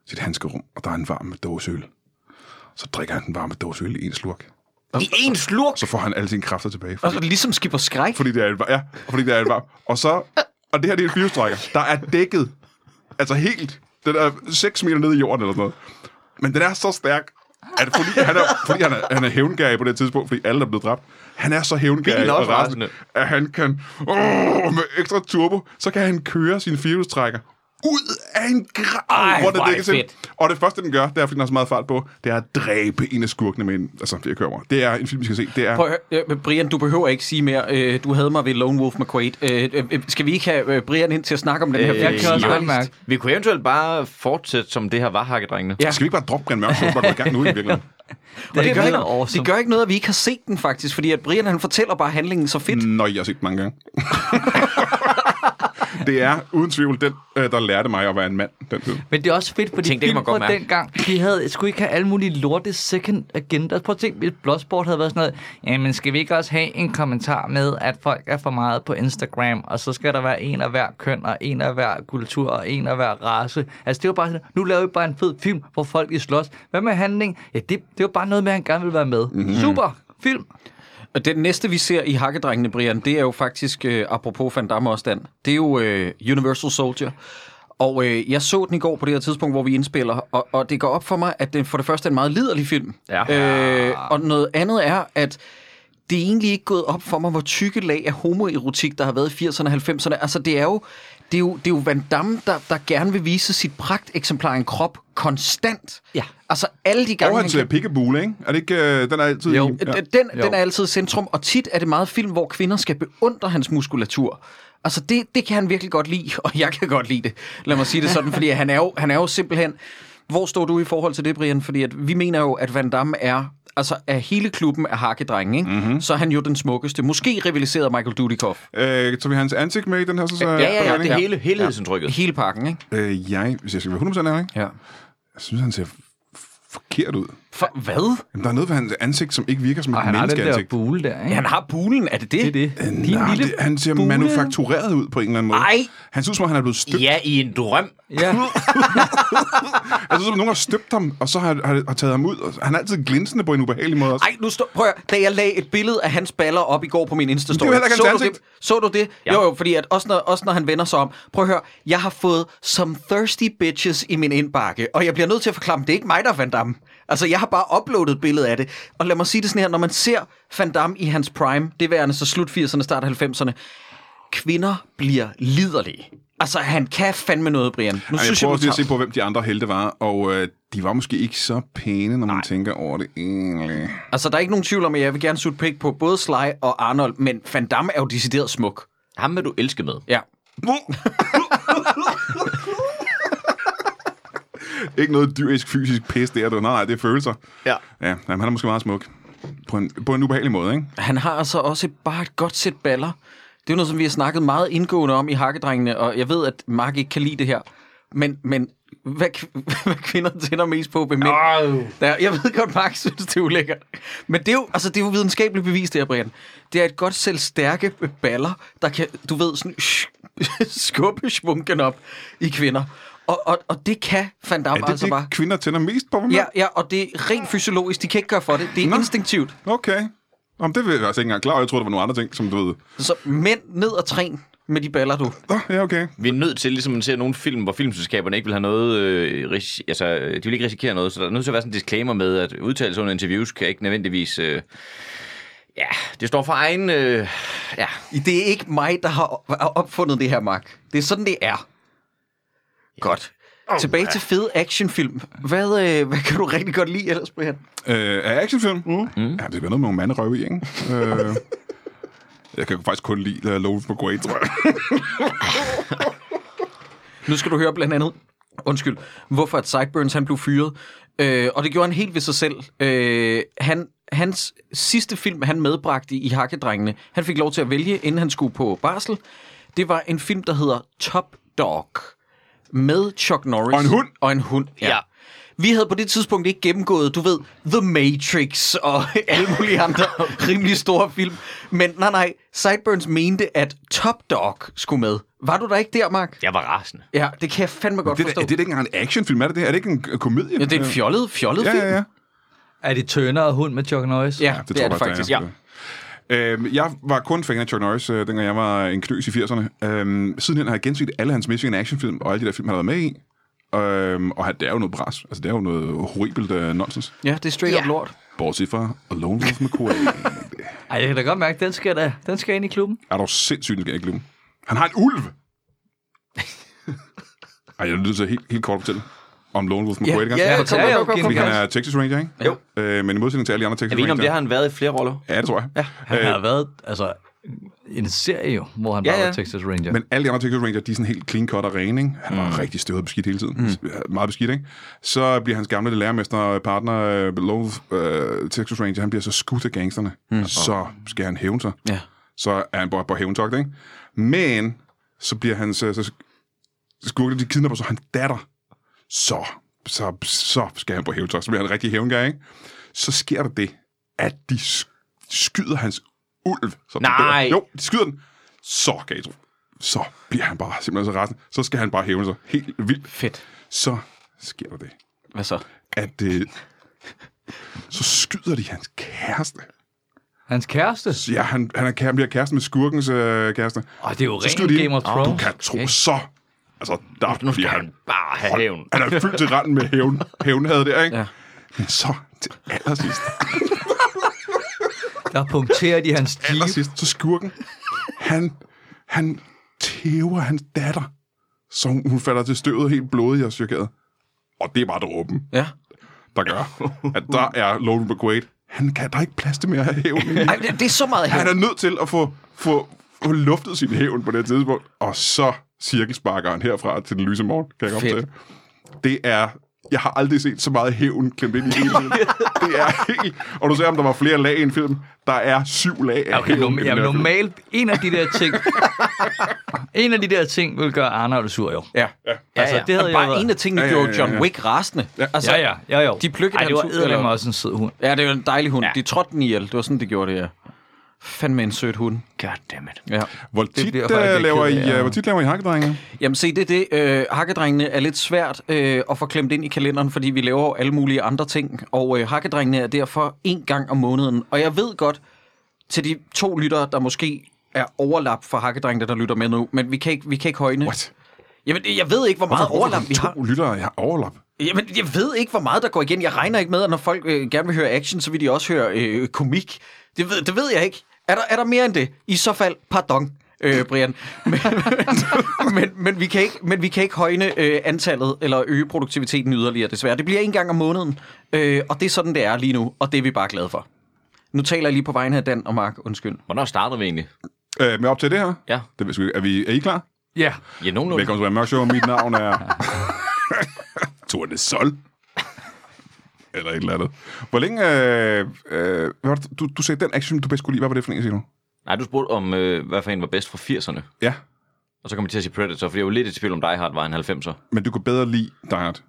sit handskerum, og der er en varm dåseøl. Så drikker han den varme dåseøl i en slurk.
I én slurk?
Så får han alle sine kræfter tilbage.
Og så er det ligesom skipper skræk.
Fordi det er en varm. Ja, fordi det er en varm. Og så, og det her det er en firestrækker, der er dækket. Altså helt. Den er 6 meter ned i jorden eller sådan noget. Men den er så stærk, at fordi han er, fordi han er, han er hævngærig på det tidspunkt, fordi alle er blevet dræbt. Han er så
Bilen
hævngærig
er
og
også
rasende, at han kan, åh, med ekstra turbo, så kan han køre sin firehjulstrækker ud af en grav,
Ej,
hvor det
hvor er
dækkes
det
ind. Og det første, den gør, det er, fordi den har så meget fart på, det er at dræbe en af skurkene med en, altså, det jeg kører over. Det er en film, vi skal se. Det er
Prøv at høre, øh, men Brian, du behøver ikke sige mere. Øh, Du havde mig ved Lone Wolf McQuaid. Øh, øh, Skal vi ikke have øh, Brian ind til at snakke om den her
Øh,
film?
Jeg kan også
jo.
godt mærke.
Vi kunne eventuelt bare fortsætte, som det her var, hakkedrengene.
Ja.
Skal vi ikke bare droppe Brian Mørk, så vi bare går i gang nu i virkeligheden?
Og det,
ikke
gør
noget
ikke,
awesome.
det gør ikke noget, at vi ikke har set den faktisk, fordi at Brian han fortæller bare handlingen så fedt.
Nå, jeg har set den mange gange. det er uden tvivl den, øh, der lærte mig at være en mand den tid.
Men det er også fedt, fordi
Tænk, det kan man godt
filmbrød
mærke.
dengang, de havde, skulle ikke have alle mulige lorte second agenda. Prøv at tænke, hvis Bloodsport havde været sådan noget, jamen skal vi ikke også have en kommentar med, at folk er for meget på Instagram, og så skal der være en af hver køn, og en af hver kultur, og en af hver race. Altså det var bare sådan, nu laver vi bare en fed film, hvor folk i slås. Hvad med handling? Ja, det, det var bare noget med, at han gerne ville være med.
Mhm.
Mm-hmm. Super! Film.
Og Den næste, vi ser i Hakkedrengene, Brian, det er jo faktisk, øh, apropos Van Damme også, Dan, det er jo øh, Universal Soldier. Og øh, jeg så den i går på det her tidspunkt, hvor vi indspiller, og, og det går op for mig, at den for det første er en meget liderlig film.
Ja.
Øh, og noget andet er, at det er egentlig ikke gået op for mig, hvor tykke lag af homoerotik, der har været i 80'erne og 90'erne. Altså, det er jo, det er jo, det er jo Van Damme, der, der gerne vil vise sit pragteksemplar af en krop konstant.
Ja.
Altså, alle de gange,
Og hans
kan-
øh, pikkebule, ikke? Er det ikke, øh, den er altid...
Jo.
i-
Ja.
Ja.
Den,
Jo.
den er altid centrum, og tit er det meget film, hvor kvinder skal beundre hans muskulatur. Altså, det, det kan han virkelig godt lide, og jeg kan godt lide det. Lad mig sige det sådan, fordi han er jo, han er jo simpelthen... Hvor står du i forhold til det, Brian? Fordi at vi mener jo, at Van Damme er... Altså, af hele klubben af hakkedrenge, ikke?
Mhm.
Mm-hmm. så er han jo den smukkeste. Måske rivaliserede Michael Dudikoff.
Øh, så vi har hans ansigt med i den her så, så
Ja, ja, ja,
Det er hele helhedsindtrykket.
Hele pakken, ikke?
Øh, jeg, hvis jeg skal være 100% ærlig,
Ja.
jeg synes, han ser f- forkert ud.
For hvad?
Jamen, der er noget ved hans ansigt, som ikke virker som
Og
et
han har den der
menneskeansigt.
bule der, ikke?
Han har bulen, er det det?
Det er det.
Øh,
Din
Nej,
lille
det, han ser
bule.
manufaktureret ud på en eller anden måde.
Ej!
Han synes, som om han er blevet støbt.
Ja, i en drøm.
Ja,
Altså, som om nogen har støbt ham, og så har, har, har taget ham ud. Og han er altid glinsende på en ubehagelig måde også.
Ej, nu stå, prøv at, høre. da jeg lagde et billede af hans baller op i går på min Insta-story,
Men det er jo heller ikke
så,
hans
du det,
ansigt.
så du det?
Ja.
Ja. Jo, jo, fordi at også, når, også når han vender sig om, prøv at høre, jeg har fået some thirsty bitches i min indbakke, og jeg bliver nødt til at forklare, dem, det er ikke mig, der er Van Damme. Altså, jeg har bare uploadet et billede af det. Og lad mig sige det sådan her, når man ser Van Damme i hans prime, det værende så slut 80'erne, start 90'erne, kvinder bliver liderlige. Altså, han kan fandme noget, Brian. Nu
Ej, jeg prøver
du
også lige at
tager-
se på, hvem de andre helte var, og øh, de var måske ikke så pæne, når man Nej. tænker over det egentlig.
Altså, der er ikke nogen tvivl om, at jeg vil gerne sutte pik på både Sly og Arnold, men Van Damme er jo decideret smuk.
Ham vil du elske med.
Ja.
Ikke noget dyrisk, fysisk pis der. Du. Nej, nej, det er følelser.
Ja.
Ja, jamen, han er måske meget smuk. På en, på en ubehagelig måde, ikke?
Han har altså også et- bare et godt sæt baller. Det er jo noget, som vi har snakket meget indgående om i Hakkedrengene, og jeg ved, at Mark ikke kan lide det her. Men, men hvad, kv- hvad kvinder tænder mest på ved mænd? Der, jeg ved godt, Mark synes, det er ulækkert. Men det er jo, altså, det er jo videnskabeligt bevis, det her, Brian. Det er et godt selv stærke baller, der kan, du ved, sådan, skubbe svunken op i kvinder. Og, og, og det kan Van Damme
Er det
altså
det,
bare.
kvinder tænder mest på?
Ja, ja, og det er rent fysiologisk. De kan ikke gøre for det. Det er
Nå.
instinktivt.
Okay. Om det vil jeg altså ikke engang klar. over. Jeg tror, der var nogle andre ting, som du ved.
Så mænd ned og træn med de baller, du.
Nå, ja, okay.
Vi er nødt til, ligesom man ser nogle film, hvor filmselskaberne ikke vil have noget, øh, ris- altså, øh, de vil ikke risikere noget, så der er nødt til at være sådan en disclaimer med, at udtalelser under interviews kan ikke nødvendigvis, øh, ja, det står for egen, øh, ja,
Det er ikke mig, der har opfundet det her, Mark. Det er sådan, det er. Godt. Tilbage til fed actionfilm. Hvad, øh, hvad kan du rigtig godt lide ellers, Brian?
Øh, er actionfilm? Mm. Ja, det skal være noget med nogle manderøve i, ikke? øh, jeg kan faktisk kun lide uh, Lovis McQuaid, tror jeg.
Nu skal du høre blandt andet, undskyld, hvorfor at Sideburns han blev fyret. Øh, og det gjorde han helt ved sig selv. Øh, han, hans sidste film, han medbragte i Hakkedrengene, han fik lov til at vælge, inden han skulle på barsel. Det var en film, der hedder Top Dog. Med Chuck Norris.
Og en hund.
Og en hund, ja.
Ja.
ja. Vi havde på det tidspunkt ikke gennemgået, du ved, The Matrix og alle mulige andre rimelig store film. Men nej, nej, Sideburns mente, at Top Dog skulle med. Var du der ikke der, Mark?
jeg var rasende.
Ja, det kan jeg fandme godt
Det, er,
forstå.
da- er det da ikke engang en actionfilm? Er det det? Er det ikke en øh, komedie?
ja, det er en fjollet, fjollet
Ja,
film.
ja, ja.
er de tønder og hund med Chuck Norris?
ja
Ja,
det, det er det faktisk.
Ja.
Ja.
Øhm, jeg var kun fan af Chuck Norris, øh, dengang jeg var en knøs i 80'erne. Øhm, sidenhen har jeg genset alle hans Michigan actionfilm og alle de der film, han har været med i. Øhm, og han- det er jo noget bras. Altså, det er jo noget horribelt øh, nonsens.
ja, det er straight
Ja.
up lort.
Bortset fra Lone Wolf McQuaid.
Ej, jeg kan da godt mærke, den skal, da, den skal ind i klubben.
er du sindssygt, den skal jeg ikke glemme. Han har en ulv! Ej, jeg er nødt til at helt, helt kort at fortælle om Lone Wolf McQuaid. ikke?
ja, ja,
kom, kom,
ja,
kom,
okay.
kom,
Fordi
kom.
han er Texas Ranger, ikke?
Jo.
Øh, men i modsætning til alle de andre
Er
Texas
vi enige om, det
Ranger...
har han været i flere roller?
Ja, det tror jeg.
Han har været, altså, en serie jo, hvor han
Ja,
ja, bare
ja.
var Texas Ranger.
Men alle de andre Texas Ranger, de er sådan helt clean cut og rene, ikke? Han var mm. rigtig støvet og beskidt hele tiden. Mm. Meget beskidt, ikke? Så bliver hans gamle lærermester og partner, øh, Lone, øh, Texas Ranger, han bliver så skudt af gangsterne. Mm. Så skal han hævne sig.
Ja.
Så er han på, på hævntogt, ikke? Men så bliver hans... øh, Så skurkene, de kidnapper så hans datter. Så, så, så skal han på hævntogt. Så bliver han en rigtig hævngær, ikke? Så sker der det, at de sk- skyder hans ulv. Så den
Nej.
dør. Jo, de skyder den. Så, kan I tro. Så bliver han bare simpelthen så resten. Så skal han bare hævne sig helt vildt.
Fedt.
Så sker der det,
Hvad så?
at øh, så skyder de hans kæreste.
Hans kæreste.
Ja, han, han, er, han bliver kæreste med skurkens øh, kæreste.
Og det er jo
Så skyder de
rent
ind.
Game of
Åh,
Thrones.
Du kan tro, så... Altså, der
Nu skal
bliver
han bare have hævn.
Han er fyldt til randen med hævn, hævnhavet der, ikke? Ja.
Ja.
Men så til allersidst,
Der punkterer de hans jeep.
allersidst, så skurken, han, han tæver hans datter, så hun hun falder til støvet helt blodig og chokeret. Og det er bare dråben,
Ja.
der gør, at der er Logan McQuaid. Han kan, der er ikke plads til mere hævn. i.
Ej, det, det er så meget her.
Han er nødt til at få, få, få luftet sin hævn på det her tidspunkt, og så cirkelsparker han herfra til den lyse morgen, kan jeg komme
Fedt.
til. Det er jeg har aldrig set så meget hævn klemt ind i hele filmen. det er helt... Og du ser, om der var flere lag i en film. Der er syv lag af
Okay,
hævn i
norm-
den
jamen,
her film.
normalt, en af de der ting, en af de der ting vil gøre Arnold sur, jo.
Ja. ja.
Altså, det havde jeg
Bare
været-
en af tingene
Ja,
ja,
ja,
ja,
ja,
ja, gjorde
ja.
John Wick rasende. Ja. Altså,
Ja, ja, ja, jo.
De plukkede
Ej, det
hans
var
hud, eller
eddermame
hvad?
også en sød hund.
ja, det var en dejlig hund. Ja. De trådte den ihjel. Det var sådan, det gjorde det, ja. Fandme en sødt hund.
Goddammit.
Ja.
Hvor tit,
bliver
øh,
jeg faktisk lidt
laver
ked af,
I,
ja.
øh, hvor tit laver I hakkedrenge?
Jamen se, det er det. Øh, hakkedrengene er lidt svært øh, at få klemt ind i kalenderen, fordi vi laver jo alle mulige andre ting. Og øh, hakkedrengene er derfor en gang om måneden. Og jeg ved godt, til de to lyttere, der måske er overlap for hakkedrengene, der lytter med nu, men vi kan ikke, vi kan ikke højne.
What?
Jamen, jeg ved ikke, hvor meget overlap vi
to
har.
To lyttere, jeg har overlap.
Jamen, jeg ved ikke, hvor meget der går igen. Jeg regner ikke med, at når folk øh, gerne vil høre action, så vil de også høre øh, komik. Det ved, det ved jeg ikke. Er der, er der mere end det? I så fald, pardon, øh, Brian. Men, men, men, vi kan ikke, men vi kan ikke højne øh, antallet eller øge produktiviteten yderligere, desværre. Det bliver en gang om måneden, øh, og det er sådan, det er lige nu, og det er vi bare glade for. Nu taler jeg lige på vejen her, Dan og Mark. Undskyld.
Hvornår startede vi egentlig?
Øh, med op til det her?
Ja.
Det ved jeg sgu ikke. Er, vi, er I klar?
Ja.
Ja, nogenlunde.
Velkommen til Brian Mørk Show. Mit navn er... Tour de Sol. eller et eller andet. Hvor længe... Øh, øh, hvad var det, du, du sagde, den action, du bedst kunne lide. Hvad var det for en, jeg siger nu?
Nej, du spurgte om, øh, hvad for en var bedst fra 80'erne.
Ja,
Og så kom jeg til at sige Predator, fordi jeg var lidt i tvivl om Die Hard var en 90'er.
men du kunne bedre lide Die Hard.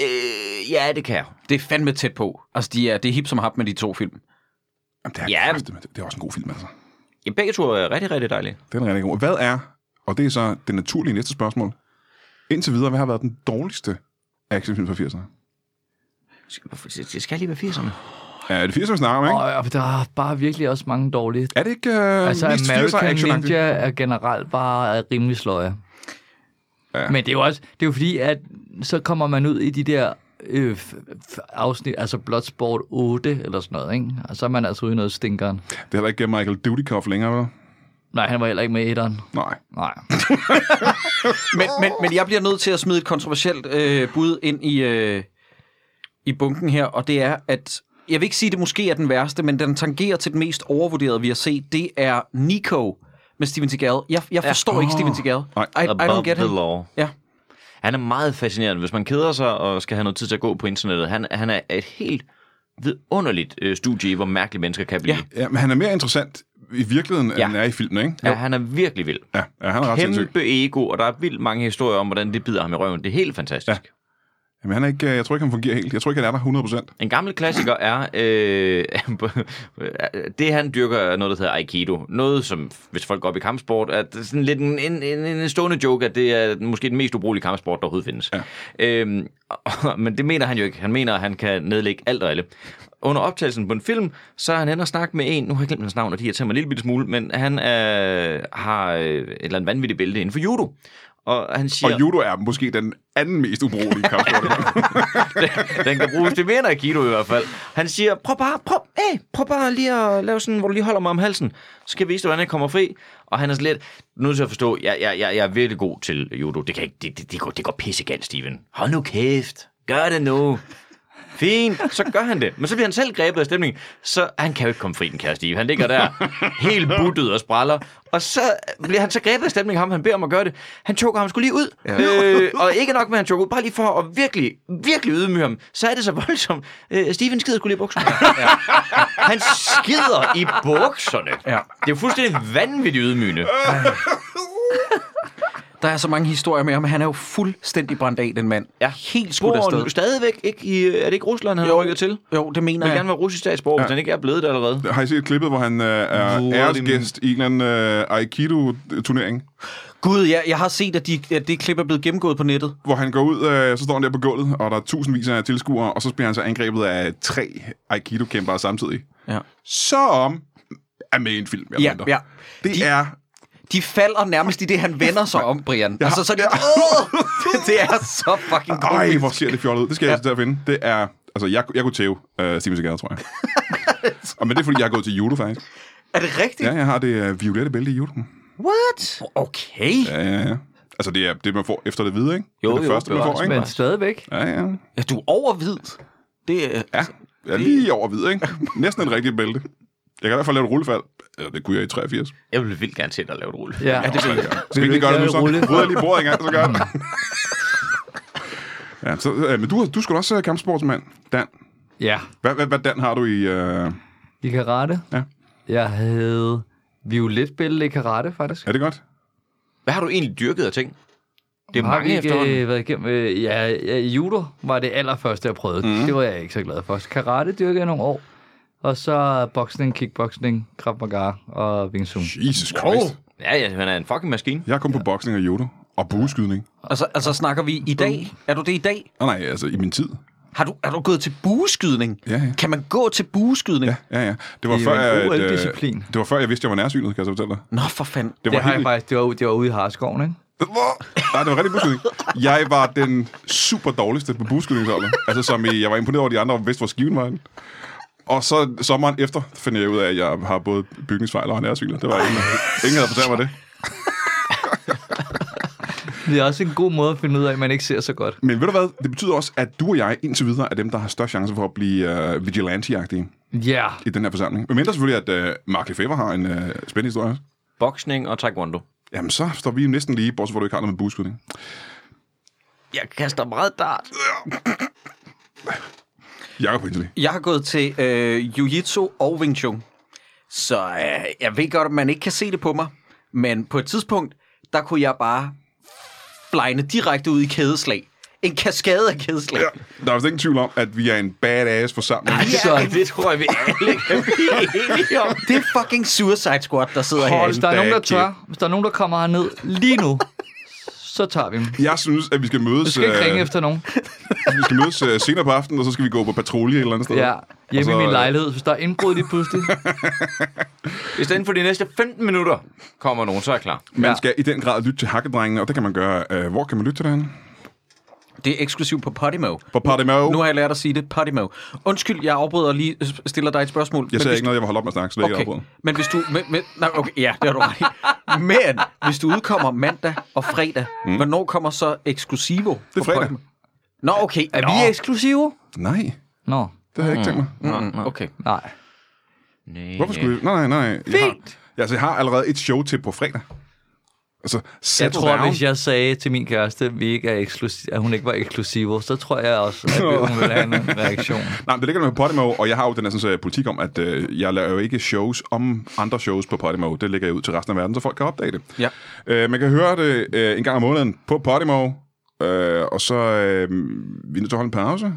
Øh, ja, det kan jeg.
Det er fandme tæt på. Altså, de er, det er hip som hap med de to film.
Jamen, det, er
Ja.
ja. det er også en god film, altså.
Ja, begge to er rigtig, rigtig dejlige.
Den er rigtig god. Hvad er, og det er så det naturlige næste spørgsmål, indtil videre, hvad har været den dårligste actionfilm fra 80'erne?
Det skal lige være 80'erne.
Ja, det er 80'erne snakker om, ikke?
Og øh, der er bare virkelig også mange dårlige.
Er det ikke øh,
Altså,
altså, mest 80'er
American
action
Ninja er generelt bare rimelig sløje.
Ja.
Ja. Men det er jo også, det er jo fordi, at så kommer man ud i de der øh, f- f- afsnit, altså Bloodsport 8 eller sådan noget, ikke? Og så er man altså ude i noget stinkeren.
Det er heller ikke øh, Michael Dudikoff længere, vel?
Nej, han var heller ikke med i etteren.
Nej.
Nej.
Men, men, men jeg bliver nødt til at smide et kontroversielt øh, bud ind i, øh, i bunken her, og det er, at jeg vil ikke sige, at det måske er den værste, men den tangerer til den mest overvurderede, vi har set. Det er Nico med Steven Seagal. Jeg, jeg forstår ja. ikke Steven Seagal.
Nej.
I, I don't get
the
him.
law.
Ja.
Han er meget fascinerende. Hvis man keder sig og skal have noget tid til at gå på internettet, han, han er et helt vidunderligt øh, studie i, hvor mærkelige mennesker kan blive.
Ja.
Ja, men han er mere interessant i virkeligheden, ja.
Ja.
end han er i filmen, ikke?
Ja, han er virkelig vild.
Ja, ja han er ret sindssyg.
Kæmpe ego, og der er vildt mange historier om, hvordan det bider ham i røven. Det er helt fantastisk. Ja.
Jamen, han er ikke, øh, jeg tror ikke, han fungerer helt. Jeg tror ikke, han er der 100%.
En gammel klassiker er, øh, det han dyrker er noget, der hedder Aikido. Noget, som hvis folk går op i kampsport, er sådan lidt en, en, en, en stående joke, at det er måske den mest ubrugelige kampsport, der overhovedet findes. Ja. Øhm, og, men det mener han jo ikke. Han mener, at han kan nedlægge alt og alle. Under optagelsen på en film, så er han hen og snakke med en, nu har jeg glemt hans navn, og de irriterer mig en lille bitte smule, men han øh, har øh, et eller andet vanvittigt bælte inden for judo. Og han siger...
Og judo er måske den anden mest ubrugelige kampsport.
den, den kan bruges til mere end Aikido i hvert fald. Han siger, prøv bare, prøv, hey, prøv bare lige at lave sådan, hvor du lige holder mig om halsen. Så skal jeg vise dig, hvordan jeg kommer fri. Og han er sådan lidt, "Du er nødt til at forstå, jeg, jeg, jeg, jeg er virkelig god til judo. Det, kan ikke, det, det, det, går, det går pissegalt, Steven. Hold nu kæft. Gør det nu. Fint, så gør han det. Men så bliver han selv grebet af stemningen. Så han kan jo ikke komme fri, den kære Steve. Han ligger der helt buttet og spræller. Og så bliver han så grebet af stemningen, ham han beder om at gøre det. Han choker ham skulle lige ud. Ja. Øh, og ikke nok med, at han choker ud. Bare lige for at virkelig, virkelig ydmyge ham. Så er det så voldsomt. Øh, Steven skider skulle lige i bukserne. Ja. Han skider i bukserne.
Ja.
Det er jo fuldstændig vanvittigt ydmygende.
Der er så mange historier med ham. Han er jo fuldstændig brændt af, den mand.
Ja.
Helt skudt
Bor
afsted.
han stadigvæk ikke i, øh, er det ikke Rusland, han jo. rykker til?
Jo, det mener
Han vil
jeg.
gerne være russisk statsborger, ja. hvis han ikke er blevet det allerede.
har I set klippet, hvor han øh, er
Hvor er det
æresgæst i en eller anden øh, Aikido-turnering?
Gud, jeg, jeg har set, at, de, at det klip er blevet gennemgået på nettet.
hvor han går ud, øh, så står han der på gulvet, og der er tusindvis af tilskuere, og så bliver han så angrebet af tre Aikido-kæmpere samtidig.
Ja.
Som er med i en film, jeg
Ja,
venter.
ja.
Det
De-
er...
De falder nærmest i det, han vender sig om, Brian.
Jeg har-
Altså, så er de... Åh! det er så fucking
Ej,
komisk.
hvor ser det fjollet ud. Det skal jeg altså til at finde. Det er... Altså, jeg, jeg kunne tæve øh, Steven Seagal, tror jeg. og men det er, fordi jeg har gået til judo, faktisk.
Er det rigtigt?
Ja, jeg har det øh, violette bælte i judo.
What? Okay.
Ja, ja, ja. Altså, det er det, man får efter det hvide, ikke?
Jo,
det er det
jo,
første, man
bevares,
får, ikke?
Men stadigvæk.
Ja, ja.
Ja, du er overhvid. Det øh, altså, er...
Ja, jeg er lige over hvid, ikke? Næsten en rigtig bælte. Jeg kan i hvert fald lave et rullefald. Eller det kunne jeg i 83.
Jeg vil vildt gerne se dig lave et rulle.
Ja.
Ja, det ved jeg. Skal vi ikke gøre det nu så?
Rulle.
Mm.
Rydder lige bordet engang, så gør jeg det. Ja, så, øh, men du, du skulle også øh, kampsportsmand, Dan.
Ja.
Hvad, hvad, hvad Dan har du i... Øh...
I karate?
Ja.
Jeg havde violetbælte i karate, faktisk.
Er det godt?
Hvad har du egentlig dyrket af ting? Det er
Har vi
mange efterhånden.
øh, været igennem... Øh, ja, ja, judo var det allerførste, jeg prøvede. Mm. Det var jeg ikke så glad for. Karate dyrkede jeg nogle år. Og så boksning, kickboxning, krav maga og wing chun.
Jesus Christ. Wow.
Ja, ja, han er en fucking maskine.
Jeg kom ja. på boksning og judo. Og bueskydning.
Altså, altså snakker vi i dag? Er du det i dag?
Åh oh, nej, altså i min tid.
Har du, er du gået til bueskydning?
Ja, ja.
Kan man gå til bueskydning? Ja.
Ja, ja. Det var,
Det er
før,
jo
at,
en
øh,
OL-disciplin.
det var før, jeg vidste, jeg var nærsynet, kan jeg så fortælle dig.
Nå, for fanden.
Det var
Det har jeg
helt-
faktisk... Det var, ude- det var ude i Harskoven, ikke?
Hvor? Nej, det var rigtig buskydning. Jeg var den super dårligste på buskydningsholdet. Altså, som i, jeg var imponeret over de andre, og vidste, hvor skiven var. henne. Og så sommeren efter finder jeg ud af, at jeg har både bygningsfejl og nærsynet. Det var ingen, ingen havde fortalt mig det.
Det er også en god måde at finde ud af, at man ikke ser så godt.
Men ved du hvad? Det betyder også, at du og jeg indtil videre er dem, der har størst chance for at blive øh, vigilante
Ja. Yeah.
i den her forsamling. Men mindre selvfølgelig, at øh, Mark Lefebvre har en øh, spændende historie også.
Boksning og taekwondo.
Jamen, så står vi næsten lige, bortset fra, at du ikke har noget med buskydning.
Jeg kaster meget dart.
Jakob Hinsley.
Jeg har gået til øh, jiu-jitsu og Wing Chun. Så øh, jeg ved godt, at man ikke kan se det på mig. Men på et tidspunkt, der kunne jeg bare flyne direkte ud i kædeslag. En kaskade af kædeslag. Ja.
Der er vist ingen tvivl om, at vi er en badass forsamling.
Ja,
Så det tror jeg, vi alle kan blive enige om.
Det er fucking Suicide Squad, der sidder
Hold
herinde.
Hvis der er
da
nogen, der
kæft.
tør, hvis der er nogen, der kommer herned lige nu, så tager vi dem.
Jeg synes, at vi skal mødes,
Du skal ikke
øh,
ringe efter nogen.
vi skal mødes øh, senere på aftenen, og så skal vi gå på patrulje et eller andet sted.
Ja, hjemme
Og
i
så,
min
øh,
lejlighed. Hvis der er indbrud lige pludselig.
Hvis der inden for de næste 15 minutter kommer nogen, så er jeg klar.
Man
Ja.
skal i den grad lytte til hakkedrengene, og det kan man gøre. Øh, hvor kan man lytte til den?
Det er eksklusivt på Podimo.
På Podimo.
Nu har jeg lært at sige det. Podimo. Undskyld, jeg afbryder og lige, øh, stiller dig et spørgsmål.
Jeg
men
sagde
hvis
ikke noget, jeg var holdt op med at snakke, så det er okay.
Okay,
ikke afbrudt.
men hvis du... Men, men, nej, okay, ja, det har du ret i. Men hvis du udkommer mandag og fredag, mm. hvornår kommer så Exclusivo? Det
er fredag.
Nå, okay.
Er
Nå.
vi eksklusive?
Nej,
Nå,
det havde jeg ikke tænkt mig.
Mm, okay.
nej.
Nej.
Hvorfor skulle vi? Nej, nej, nej. Jeg har, Ja, altså, jeg har allerede et show til på fredag. Altså, settle
Jeg tror,
down.
hvis jeg sagde til min kæreste, at, vi ikke er eksklusiv, at hun ikke var eksklusive, så tror jeg også, at hun ville have en reaktion.
Nej, men det ligger der med Podimo, og jeg har jo den her sådan, så, politik om, at øh, jeg laver jo ikke shows om andre shows på Podimo. Det lægger jeg ud til resten af verden, så folk kan opdage det.
Ja.
Øh, man kan høre det øh, en gang om måneden på Podimo, øh, og så øh, vi er nødt til at holde en pause.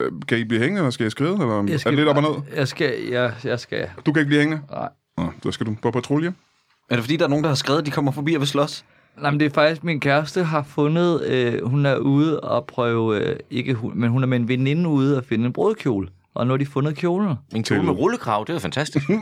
Øh, kan I blive hængende, eller skal jeg skride? Eller, jeg skal er det lidt op og ned?
Jeg skal, jeg, jeg skal.
Du kan ikke blive hængende?
Nej.
Nå, så skal du på patrulje.
Er det fordi, der er nogen, der har skrevet, at de kommer forbi og vil slås?
Nej, men det er faktisk, min kæreste har fundet, øh, hun er ude og prøve, øh, ikke hun, men hun er med en veninde ude og finde en brudkjole. Og nu har de fundet kjolen.
En kjole med rullekrav, det er fantastisk. det,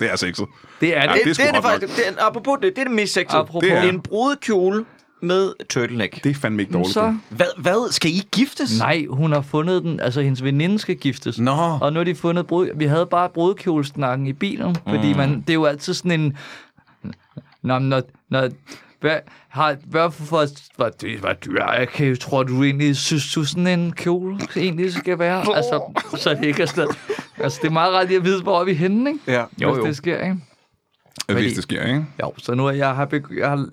det er sexet.
Det er det.
Ja, det er sgu
det, er
ret
det
nok.
faktisk. Det er, apropos det, det er det mest sexede.
Apropos.
Det er
Det er.
en brudekjole med turtleneck.
Det er fandme ikke dårligt.
så,
du.
Hvad? hvad? Skal I giftes?
nej, hun har fundet den. Altså, hendes veninde skal giftes.
Nå.
Og nu har de fundet brud... Vi havde bare brudkjolesnakken i bilen, fordi man, det er jo altid sådan en... Nå, men når, når, hvad, har, hvorfor var det, var du, jeg kan, jo- tror du egentlig, synes du sådan en kjole egentlig skal være? Altså, så det ikke er sådan, altså, det er meget rart lige at vide, hvor er vi henne, ikke?
Ja.
Jo, Hvis det sker, ikke?
Hvis
Fordi-
det sker, ikke?
Jo, så nu er jeg har, begy- jeg har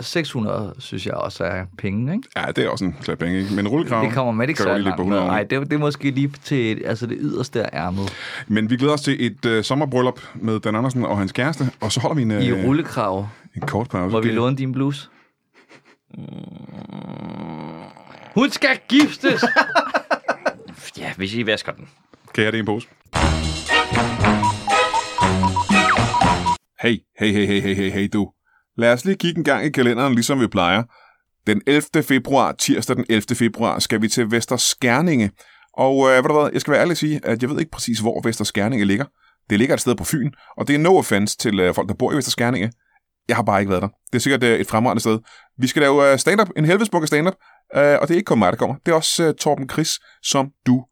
600, synes jeg også er penge, ikke?
Ja, det er også en klat penge, ikke? Men rullekraven
Det kommer man ikke
kan
så
godt lige ligge
langt
på
med.
100
Nej,
oven.
det, er- det er måske lige til altså det yderste af ærmet.
Men vi glæder os til et øh, sommerbryllup med Dan Andersen og hans kæreste, og så holder vi en,
I
øh,
rullekrav.
en kort pause.
Må vi
Det-
låne din bluse? Hun skal giftes!
Ja, hvis I vasker den.
Kan jeg have det i en pose? Hey, hey, hey, hey, hey, hey, hey du. Lad os lige kigge en gang i kalenderen, ligesom vi plejer. Den 11. februar, tirsdag den 11. februar, skal vi til Vester Skærninge. Og øh, ved du hvad, jeg skal være ærlig at sige, at jeg ved ikke præcis, hvor Vester Skærninge ligger. Det ligger et sted på Fyn, og det er no offense til øh, folk, der bor i Vester Skærninge. Jeg har bare ikke været der. Det er sikkert øh, et fremragende sted. Vi skal lave øh, stand-up, en helvedes bunke stand-up, øh, og det er ikke kun mig, der kommer. Det er også øh, Torben Chris, som du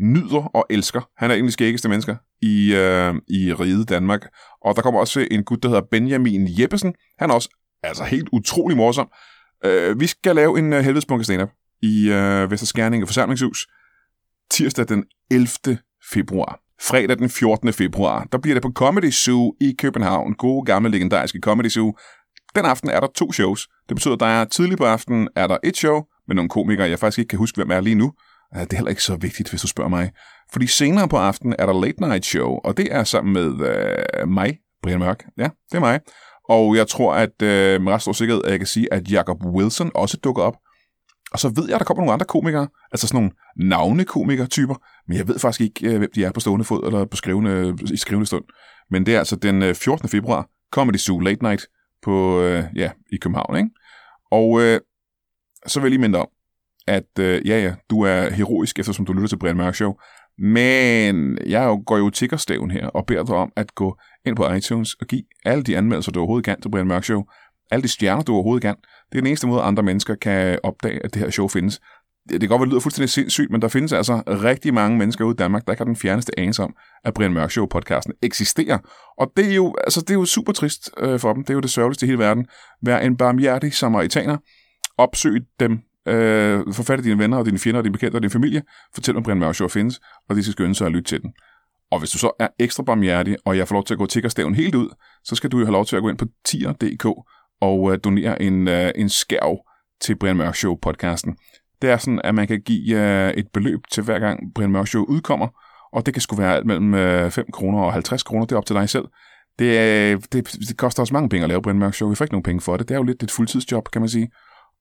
nyder og elsker. Han er en af de skæggeste mennesker i, øh, i rige Danmark. Og der kommer også en gut, der hedder Benjamin Jeppesen. Han er også altså, helt utrolig morsom. Øh, vi skal lave en øh, helvedesbunke stand i øh, Vesterskærninge Forsamlingshus tirsdag den 11. februar. Fredag den 14. februar, der bliver det på Comedy Zoo i København. Gode gamle legendariske Comedy Zoo. Den aften er der to shows. Det betyder, at der er tidlig på aftenen er der et show med nogle komikere, jeg faktisk ikke kan huske, hvem er lige nu. Øh, Det er heller ikke så vigtigt, hvis du spørger mig. Fordi senere på aftenen er der Late Night Show, og det er sammen med øh, mig, Brian Mørk. Ja, det er mig. Og jeg tror, at øh, med ret stor sikkerhed, at jeg kan sige, at Jacob Wilson også dukker op. Og så ved jeg, at der kommer nogle andre komikere, altså sådan nogle navnekomikertyper, men jeg ved faktisk ikke, øh, hvem de er på stående fod eller på skrivende, i skrivende stund. Men det er altså den øh, 14. februar, Comedy Zoo Late Night på, øh, ja, i København, ikke? Og øh, så vil jeg lige minde dig om, at øh, ja, ja, du er heroisk, eftersom du lytter til Brian Mørk Show, men jeg er jo- går jo tiggerstaven her og beder dig om at gå ind på iTunes og give alle de anmeldelser, du overhovedet kan til Brian Mørk Show, alle de stjerner, du overhovedet kan. Det er den eneste måde, andre mennesker kan opdage, at det her show findes. Det det kan godt være, det lyder fuldstændig sindssygt, men der findes altså rigtig mange mennesker ude i Danmark, der ikke har den fjerneste anelse om, at Brian Mørk Show-podcasten eksisterer. Og det er jo, altså, det er jo super trist øh, for dem. Det er jo det sørgeligste i hele verden. Vær en barmhjertig samaritaner. Opsøg dem. Øh, få fat i dine venner og dine fjender og dine bekendte og din familie. Fortæl dem, at Brian Mørk Show findes, og de skal skynde sig at lytte til den. Og hvis du så er ekstra barmhjertig, og jeg får lov til at gå tiggerstaven helt ud, så skal du jo have lov til at gå ind på tier.dk og øh, donere en, øh, en skærv til Brian Mørk Show podcasten. Det er sådan, at man kan give øh, et beløb til hver gang Brian Mørk Show udkommer, og det kan sgu være alt mellem øh, 5 kroner og 50 kroner, det er op til dig selv. Det, er- det, det koster også mange penge at lave Brian Mørk Show, vi får ikke nogen penge for det, det er jo lidt et fuldtidsjob, kan man sige.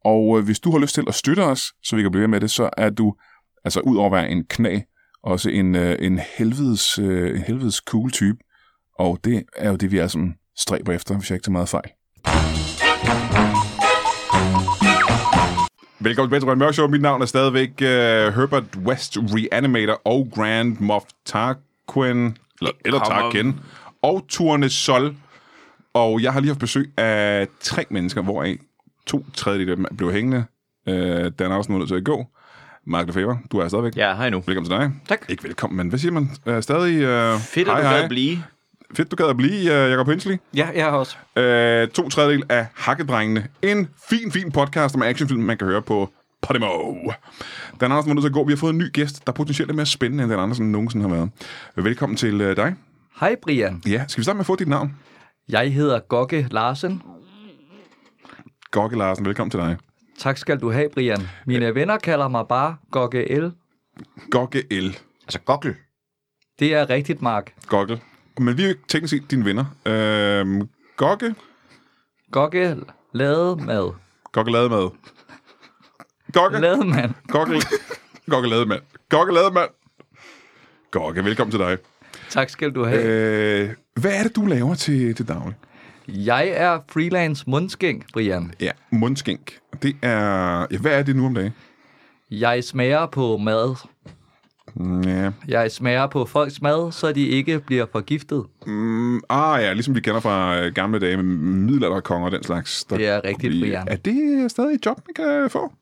Og øh, hvis du har lyst til at støtte os, så vi kan blive ved med det, så er du, altså ud over at være en knæ, også en, øh, en, helvedes, øh, en helvedes cool type. Og det er jo det, vi er sådan stræber efter, hvis jeg ikke tager meget fejl. Velkommen tilbage til Brian Mørk Show. Mit navn er stadigvæk uh, Herbert West Reanimator og Grand Moff Tarquin, eller, eller Tarkin, og Turne Sol. Og jeg har lige haft besøg af tre mennesker, hvoraf to tredjedel af dem blev hængende. Uh, Dan Austen er nødt til at gå. Mark Lefebvre, du er her stadigvæk.
Ja, hej nu.
Velkommen til dig.
Tak.
Ikke velkommen, men hvad siger man? Uh, stadig uh,
Fedt, at du gad at blive.
Fedt, du gad at blive, uh, Jacob Hensley.
Ja, jeg har også.
Øh, to tredjedel af Hakkedrengene. En fin, fin podcast om actionfilm, man kan høre på Podimo. Dan Andersen var nødt til at gå. Vi har fået en ny gæst, der potentielt er mere spændende, end Dan Andersen nogensinde har været. Velkommen til øh, dig.
Hej Brian,
Ja, skal vi starte med at få dit navn?
jeg hedder Gokke Larsen.
Gokke Larsen, velkommen til dig.
Tak skal du have, Brian. Mine venner kalder mig bare Gokke L.
Gokke L.
Altså, gokkel.
Det er rigtigt, Mark.
Gokke. Men vi er jo ikke teknisk set dine venner. Øh, Gokke.
Gokke lavede mad.
Gokke Lademad. Gokke.
Lavede mand.
Gokke. Gokke Lademand. Gokke Lademand. Gokke, velkommen til dig.
Tak skal du have.
Øh, hvad er det, du laver til, til daglig?
Jeg er freelance mundskænk, Brian.
Ja, mundskænk. Det er... Ja, hvad er det nu om dagen?
Jeg smager på mad.
Ja.
Jeg smager på folks mad, så de ikke bliver forgiftet.
Mm, ah ja, ligesom vi kender fra øh, gamle dage med middelalderkonger og den slags. Der
Det er rigtigt,
kunne
Brian.
Er det stadig et job, man kan få?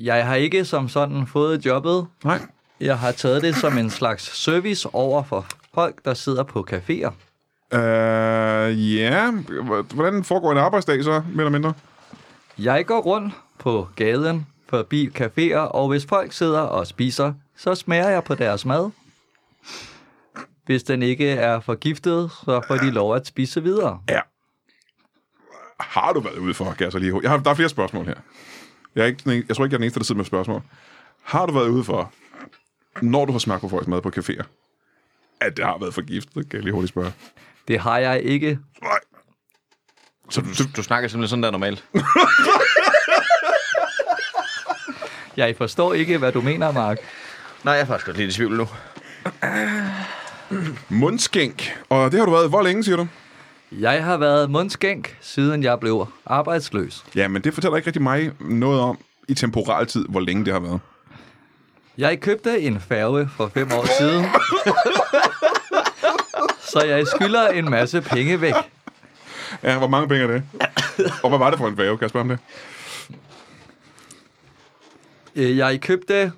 Jeg har ikke som sådan fået jobbet.
Nej.
Jeg har taget det som en slags service over for folk, der sidder på caféer.
Øh, ja, H- hvordan foregår en arbejdsdag så, mere eller mindre?
Jeg går rundt på gaden forbi caféer, og hvis folk sidder og spiser, så smager jeg på deres mad. Hvis den ikke er forgiftet, så får de lov at spise videre.
Ja. Har du været ude for, kan jeg så lige... Jeg har, der er flere spørgsmål her. Jeg, er ikke, den en- jeg tror ikke, jeg er den eneste, der sidder med spørgsmål. Har du været ude for, når du har smagt på folks mad på caféer, at det har været forgiftet? Kan jeg lige hurtigt spørge.
Det har jeg ikke.
Nej. Så du,
Du, du snakker simpelthen sådan der normalt.
Jeg forstår ikke, hvad du mener, Mark.
Nej, jeg er faktisk godt lidt i tvivl nu.
Mundskænk. Og det har du været hvor længe, siger du?
Jeg har været mundskænk, siden jeg blev arbejdsløs.
Ja, men det fortæller ikke rigtig mig noget om i temporal tid, hvor længe det har været.
Jeg købte en færge for fem år siden. Så jeg skylder en masse penge væk.
Ja, hvor mange penge er det? Og hvad var det for en færge? Kan jeg spørge om det?
Øh, Jeg købte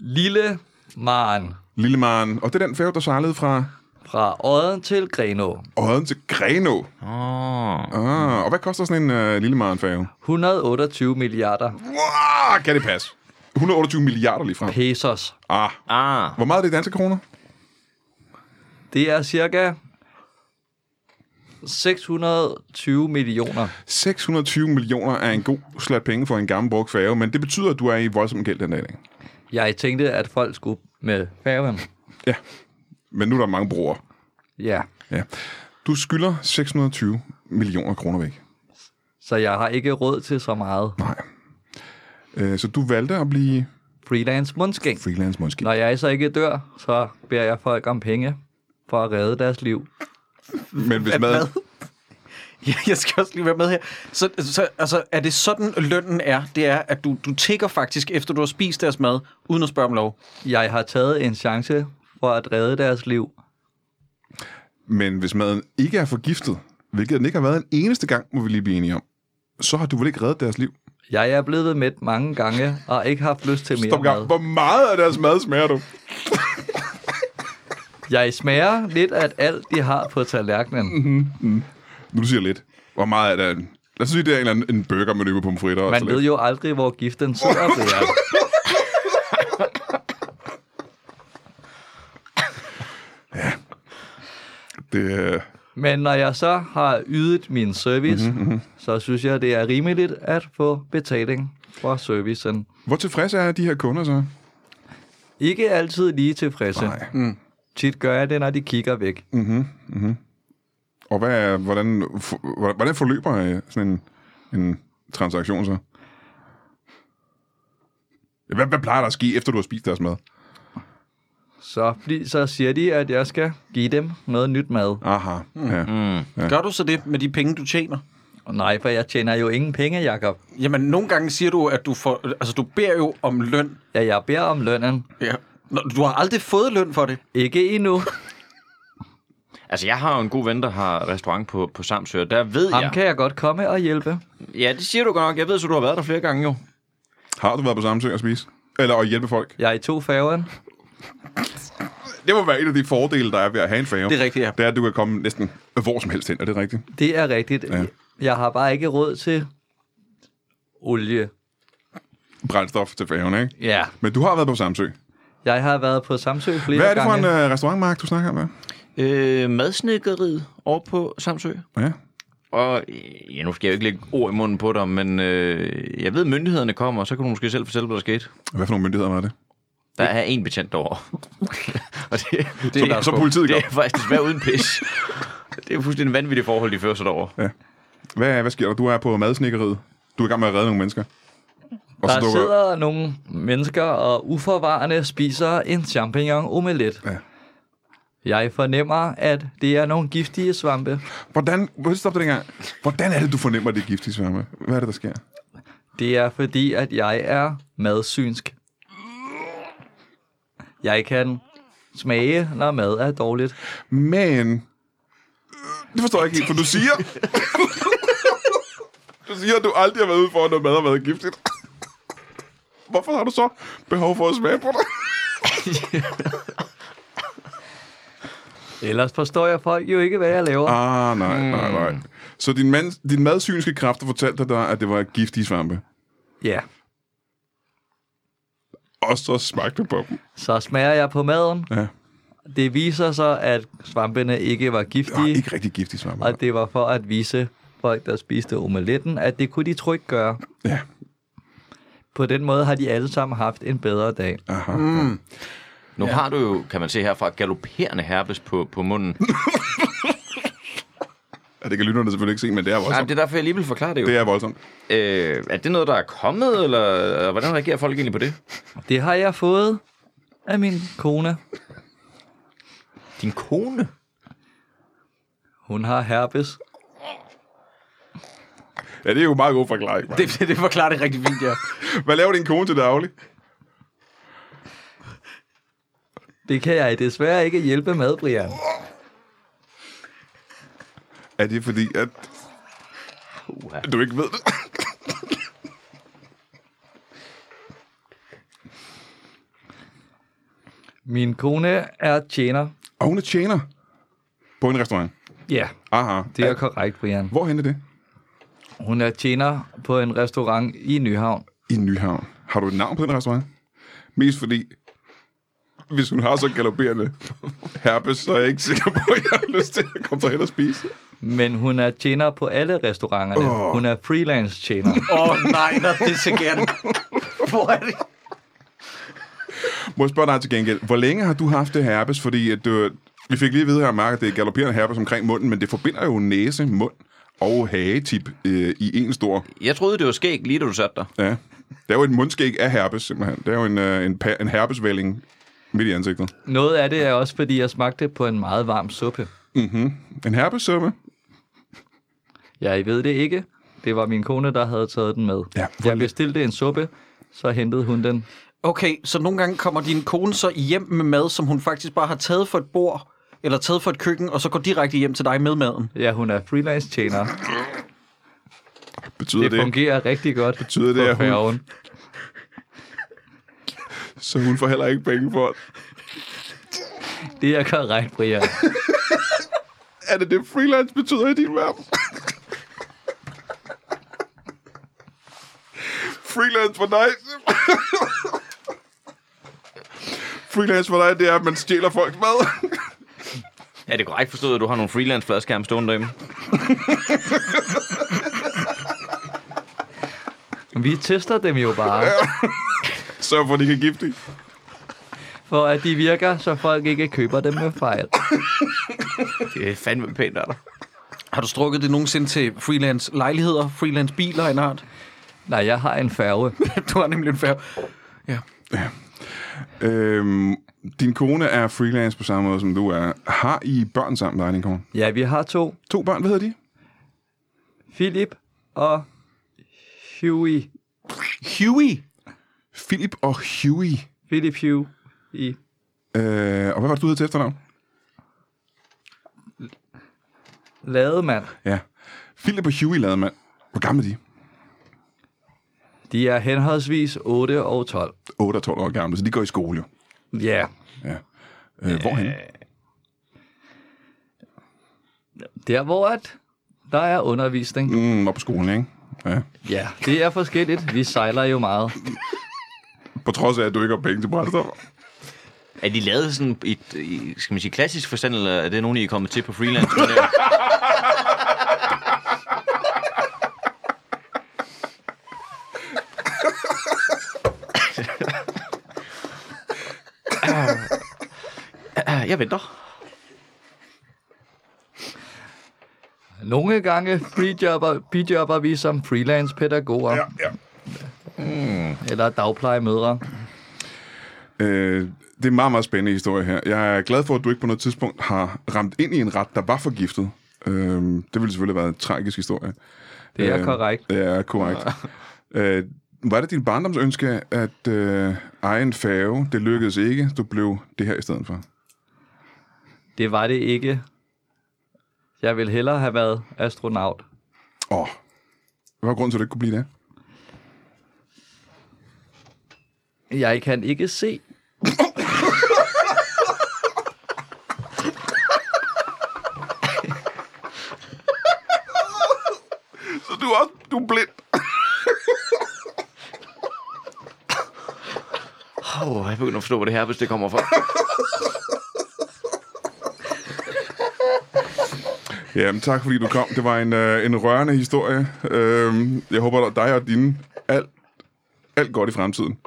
Lille Maren
Lillemaren. Og det er den færge, der sejlede fra
fra Odden til Grenå.
Odden til Greno.
Oh.
Ah, og hvad koster sådan en uh, Lillemaren-færge?
128 milliarder
Wow, kan det passe? 128 milliarder lige fra.
pesos.
Ah,
Ah,
hvor meget er det i danske kroner?
Det er cirka 620 millioner.
620 millioner er en god slat penge for en gammel brugt færge, men det betyder, at du er i voldsom gæld den dag. i dag.
Jeg tænkte, at folk skulle med færgen.
Ja, men nu er der mange brugere.
Ja,
Ja. Du skylder 620 millioner kroner væk.
så jeg har ikke råd til så meget
Nej. Øh, Så du valgte at blive
freelance mundskæng.
freelance måske.
Når jeg så ikke dør, så beder jeg folk om penge for at redde deres liv.
Men hvis mad...
Ja, Jeg skal også lige være med her. Så, så altså, er det sådan, lønnen er? Det er, at du, du tigger faktisk, efter du har spist deres mad, uden at spørge om lov.
Jeg har taget en chance for at redde deres liv.
Men hvis maden ikke er forgiftet, hvilket den ikke har været en eneste gang, må vi lige blive enige om, så har du vel ikke reddet deres liv?
Jeg er blevet mæt mange gange og ikke haft lyst til mere
Stop en gang.
mad.
Hvor meget af deres mad smager du?
Jeg smager lidt af alt, de har på
Mm-hmm.
tallerkenen.
Nu du siger lidt. Hvor meget af det? er- Lad os sige, det er en, eller anden- en burger med løbe på pomfritter. og
Man
salat.
ved jo aldrig, hvor giften sidder, Brian.
Det, øh,
Men når jeg så har ydet min service, mm-hmm, så synes jeg, det er rimeligt at få betaling for servicen.
hvor tilfredse er de her kunder så?
Ikke altid lige tilfredse.
Nej. Mm.
Tit gør jeg det, når de kigger væk.
Og hvad er, hvordan, for- hvordan forløber øh, sådan en, en transaktion så? Ja, Hvad, hvad plejer der at ske, efter du har spist deres mad?
Så, bli- så siger de, at jeg skal give dem noget nyt mad.
Aha, ja.
Ja. Gør du så det med de penge, du tjener?
Og nej, for jeg tjener jo ingen penge, Jakob.
Jamen, nogle gange siger du, at du får... Altså, du beder jo om løn.
Ja, jeg beder om lønnen.
Ja. Nå, Du har aldrig fået løn for det.
Ikke endnu.
Altså, jeg har jo en god ven, der har restaurant på, på Samsø, og der ved
Ham
jeg...
kan jeg godt komme og hjælpe.
Ja, det siger du godt nok. Jeg ved, så du har været der flere gange jo.
Har du været på Samsø og spise? Eller at hjælpe folk?
Jeg er i to færgen.
Det må være en af de fordele, der er ved at have en fave.
Det er rigtigt, ja.
Det er, at du kan komme næsten hvor som helst hen, er det rigtigt?
Det er rigtigt.
Ja.
Ja. Jeg har bare ikke råd til olie.
Brændstof til faven, ikke?
Ja.
Men du har været på Samsø.
Jeg har været på Samsø flere
Hvad er det for en
gange.
uh, restaurant, Mark, du snakker om? Hvad?
Øh, madsnikkeriet over på Samsø.
Ja.
Og øh, ja, nu skal jeg jo ikke lægge ord i munden på dig, men øh, jeg ved, myndighederne kommer, og så kan du måske selv fortælle, hvad der skete.
Hvad for nogle myndigheder var det?
Der er en betjent derovre. og det, det,
Så, så politiet
det
gør.
er faktisk desværre uden pis. Det er fuldstændig vanvittigt forhold, de fører sig derovre.
Hvad, hvad sker der? Du er på madsnikkeriet. Du er i gang med at redde nogle mennesker. øh, Og
Der
dukker-
sidder nogle mennesker og uforvarende spiser en champignon omelet.
Ja.
Ja. Jeg fornemmer, at det er nogle giftige svampe.
Hvordan, Må jeg stoppe den gang. Hvordan er det, du fornemmer, at det er giftigt sværme? Hvad er det, der sker?
Det er fordi, at jeg er madsynsk. Jeg kan smage, når mad er dårligt.
Men... Det forstår jeg ikke helt, for du siger... du siger, at du aldrig har været ude for, når mad har været giftigt. Hvorfor har du så behov for at smage på det?
Ellers forstår jeg folk jo ikke, hvad jeg laver.
Ah, nej, nej, nej.
Hmm.
Så din, mand, din madsynske kræfter fortalte dig, at det var giftige svampe.
Ja,
Og så smagte du på dem.
så smager jeg på maden.
Ja.
Det viser sig, at svampene ikke var
Ah,
giftige,
ikke rigtig giftige svampe.
og det var for at vise folk, der spiste omeletten, at det kunne de trygt gøre.
Ja.
På den måde har de alle sammen haft en bedre dag.
Aha. Mm.
Nu ja. har du jo, kan man se herfra, galopperende herpes på, på munden.
Ja, det kan lytterne selvfølgelig ikke se, men det er
Nej,
voldsomt.
det er derfor, jeg alligevel forklarer det jo.
Det
Det
er voldsomt.
er... Øh, er det noget, der er kommet, eller hvordan reagerer folk egentlig på det?
Det har jeg fået af min kone.
Din kone?
Hun har herpes.
Ja, det er jo en meget god forklaring. Mark.
Det, det forklarer det rigtig fint, ja.
Hvad laver din kone til daglig?
Det kan jeg desværre ikke hjælpe med, Brian.
Er det fordi, at
Uha.
du ikke ved det?
Min kone er tjener.
Og hun er tjener på en restaurant.
Ja,
Aha.
det er korrekt, Brian.
Hvor er det?
Hun er tjener på en restaurant i Nyhavn.
I Nyhavn. Har du et navn på den restaurant? Mest fordi, hvis hun har så galopperende herpes, så er jeg ikke sikker på, at jeg har lyst til at komme derhen og spise.
Men hun er tjener på alle restauranterne. Oh. Hun er freelance tjener.
Åh oh, nej, not this again. Hvor er det?
Må jeg spørge dig til gengæld, hvor længe har du haft det herpes? Fordi at, øh, vi fik lige at vide her, Mark, at det er galopperende herpes omkring munden, men det forbinder jo næse, mund og hagetip øh, i en stor...
Jeg troede, det var skæg, lige da du satte dig.
Ja. Det er jo et mundskæg af herpes, simpelthen. Det er jo en, øh, en, pa- en herpesvælling midt i ansigtet.
Noget af det er også, fordi jeg smagte på en meget varm suppe.
En herpessuppe?
Ja, I ved det ikke. Det var min kone, der havde taget den med.
Ja, hvor
jeg bestilte en suppe, så hentede hun den.
Okay, så nogle gange kommer din kone så hjem med mad, som hun faktisk bare har taget for et bord, eller taget for et køkken, og så går direkte hjem til dig med maden.
Ja, hun er freelance tjener.
Betyder
Det,
det,
det fungerer rigtig godt
Betyder det,
på
at hun-
færgen.
så hun får heller ikke penge for det.
Det er korrekt, Brian.
Er det det, freelance betyder i din verden? freelance for dig. freelance for dig, det er, at man stjæler folks mad.
Er det korrekt forstået, at du har nogle freelance fladskærme stående derhjemme?
Vi tester dem jo bare,
Sørg for, at de kan gifte.
for at de virker, så folk ikke køber dem med fejl.
Det er fandme pænt, er der.
Har du strukket det nogensinde til freelance lejligheder, freelance biler af en art?
Nej, jeg har en færge.
Du har nemlig en færre.
Øhm, din kone er freelance på samme måde, som du er. Har I børn sammen, dig, og din kone?
Ja, vi har to.
To børn, hvad hedder de?
Philip og Huey.
Huey.
Philip og Huey.
Philip Hugh i
Øh, og hvad var det, du hed til efternavn?
Lademand.
Ja. Philip og Huey lavede mand. Hvor gamle er de?
De er henholdsvis 8 og 12.
8 og 12 år gamle, så de går i skole jo.
Ja,
Ja. Øh, hvorhen?
der hvor at der er undervisning.
Mm, op på skolen, ikke? Ja.
Ja, det er forskelligt. Vi sejler jo meget.
På trods af, at du ikke har penge til brændstof.
Er de lavet sådan i, et- i skal man sige, klassisk forstand, eller er det nogen, I er kommet til på freelance? Jeg venter.
Nogle gange freejobber, bijobber vi som freelance-pædagoger ja.
ja.
eller dagplejemødre.
Øh, det er en meget, meget spændende historie her. Jeg er glad for, at du ikke på noget tidspunkt har ramt ind i en ret, der var forgiftet. Øh, det ville selvfølgelig have været en tragisk historie. Øh,
Det er korrekt.
Det er korrekt. øh, var det din barndomsønske at øh, eje en færge? Det lykkedes ikke. Du blev det her i stedet for.
Det var det ikke. Jeg ville hellere have været astronaut.
Åh. Hvad var grunden til, at du ikke kunne blive det?
Jeg kan ikke se.
Så du er også du er blind.
Åh, oh, jeg begynder at forstå, hvor det her, hvis det kommer fra.
Jamen, tak fordi du kom. Det var en, øh, en rørende historie. Øhm, jeg håber, at dig og dine alt, alt godt i fremtiden.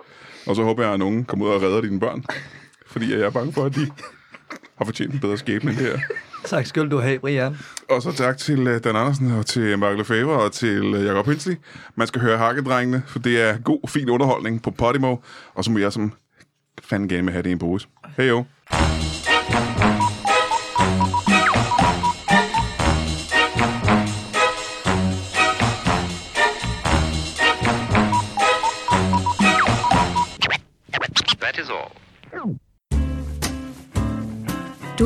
Og så håber jeg, at nogen kommer ud og redder dine børn. Fordi jeg er bange for, at de har fortjent en bedre skæbne end det her.
Tak skal du have, Brian.
Og så tak til øh, Dan Andersen og til Mark Lefebvre og til øh, Jakob Hinsley. Man skal høre Hakkedrengene, for det er god, fin underholdning på Podimo. Og så må jeg som fanden gerne have det i en pose. Hej jo.
That is all.
Du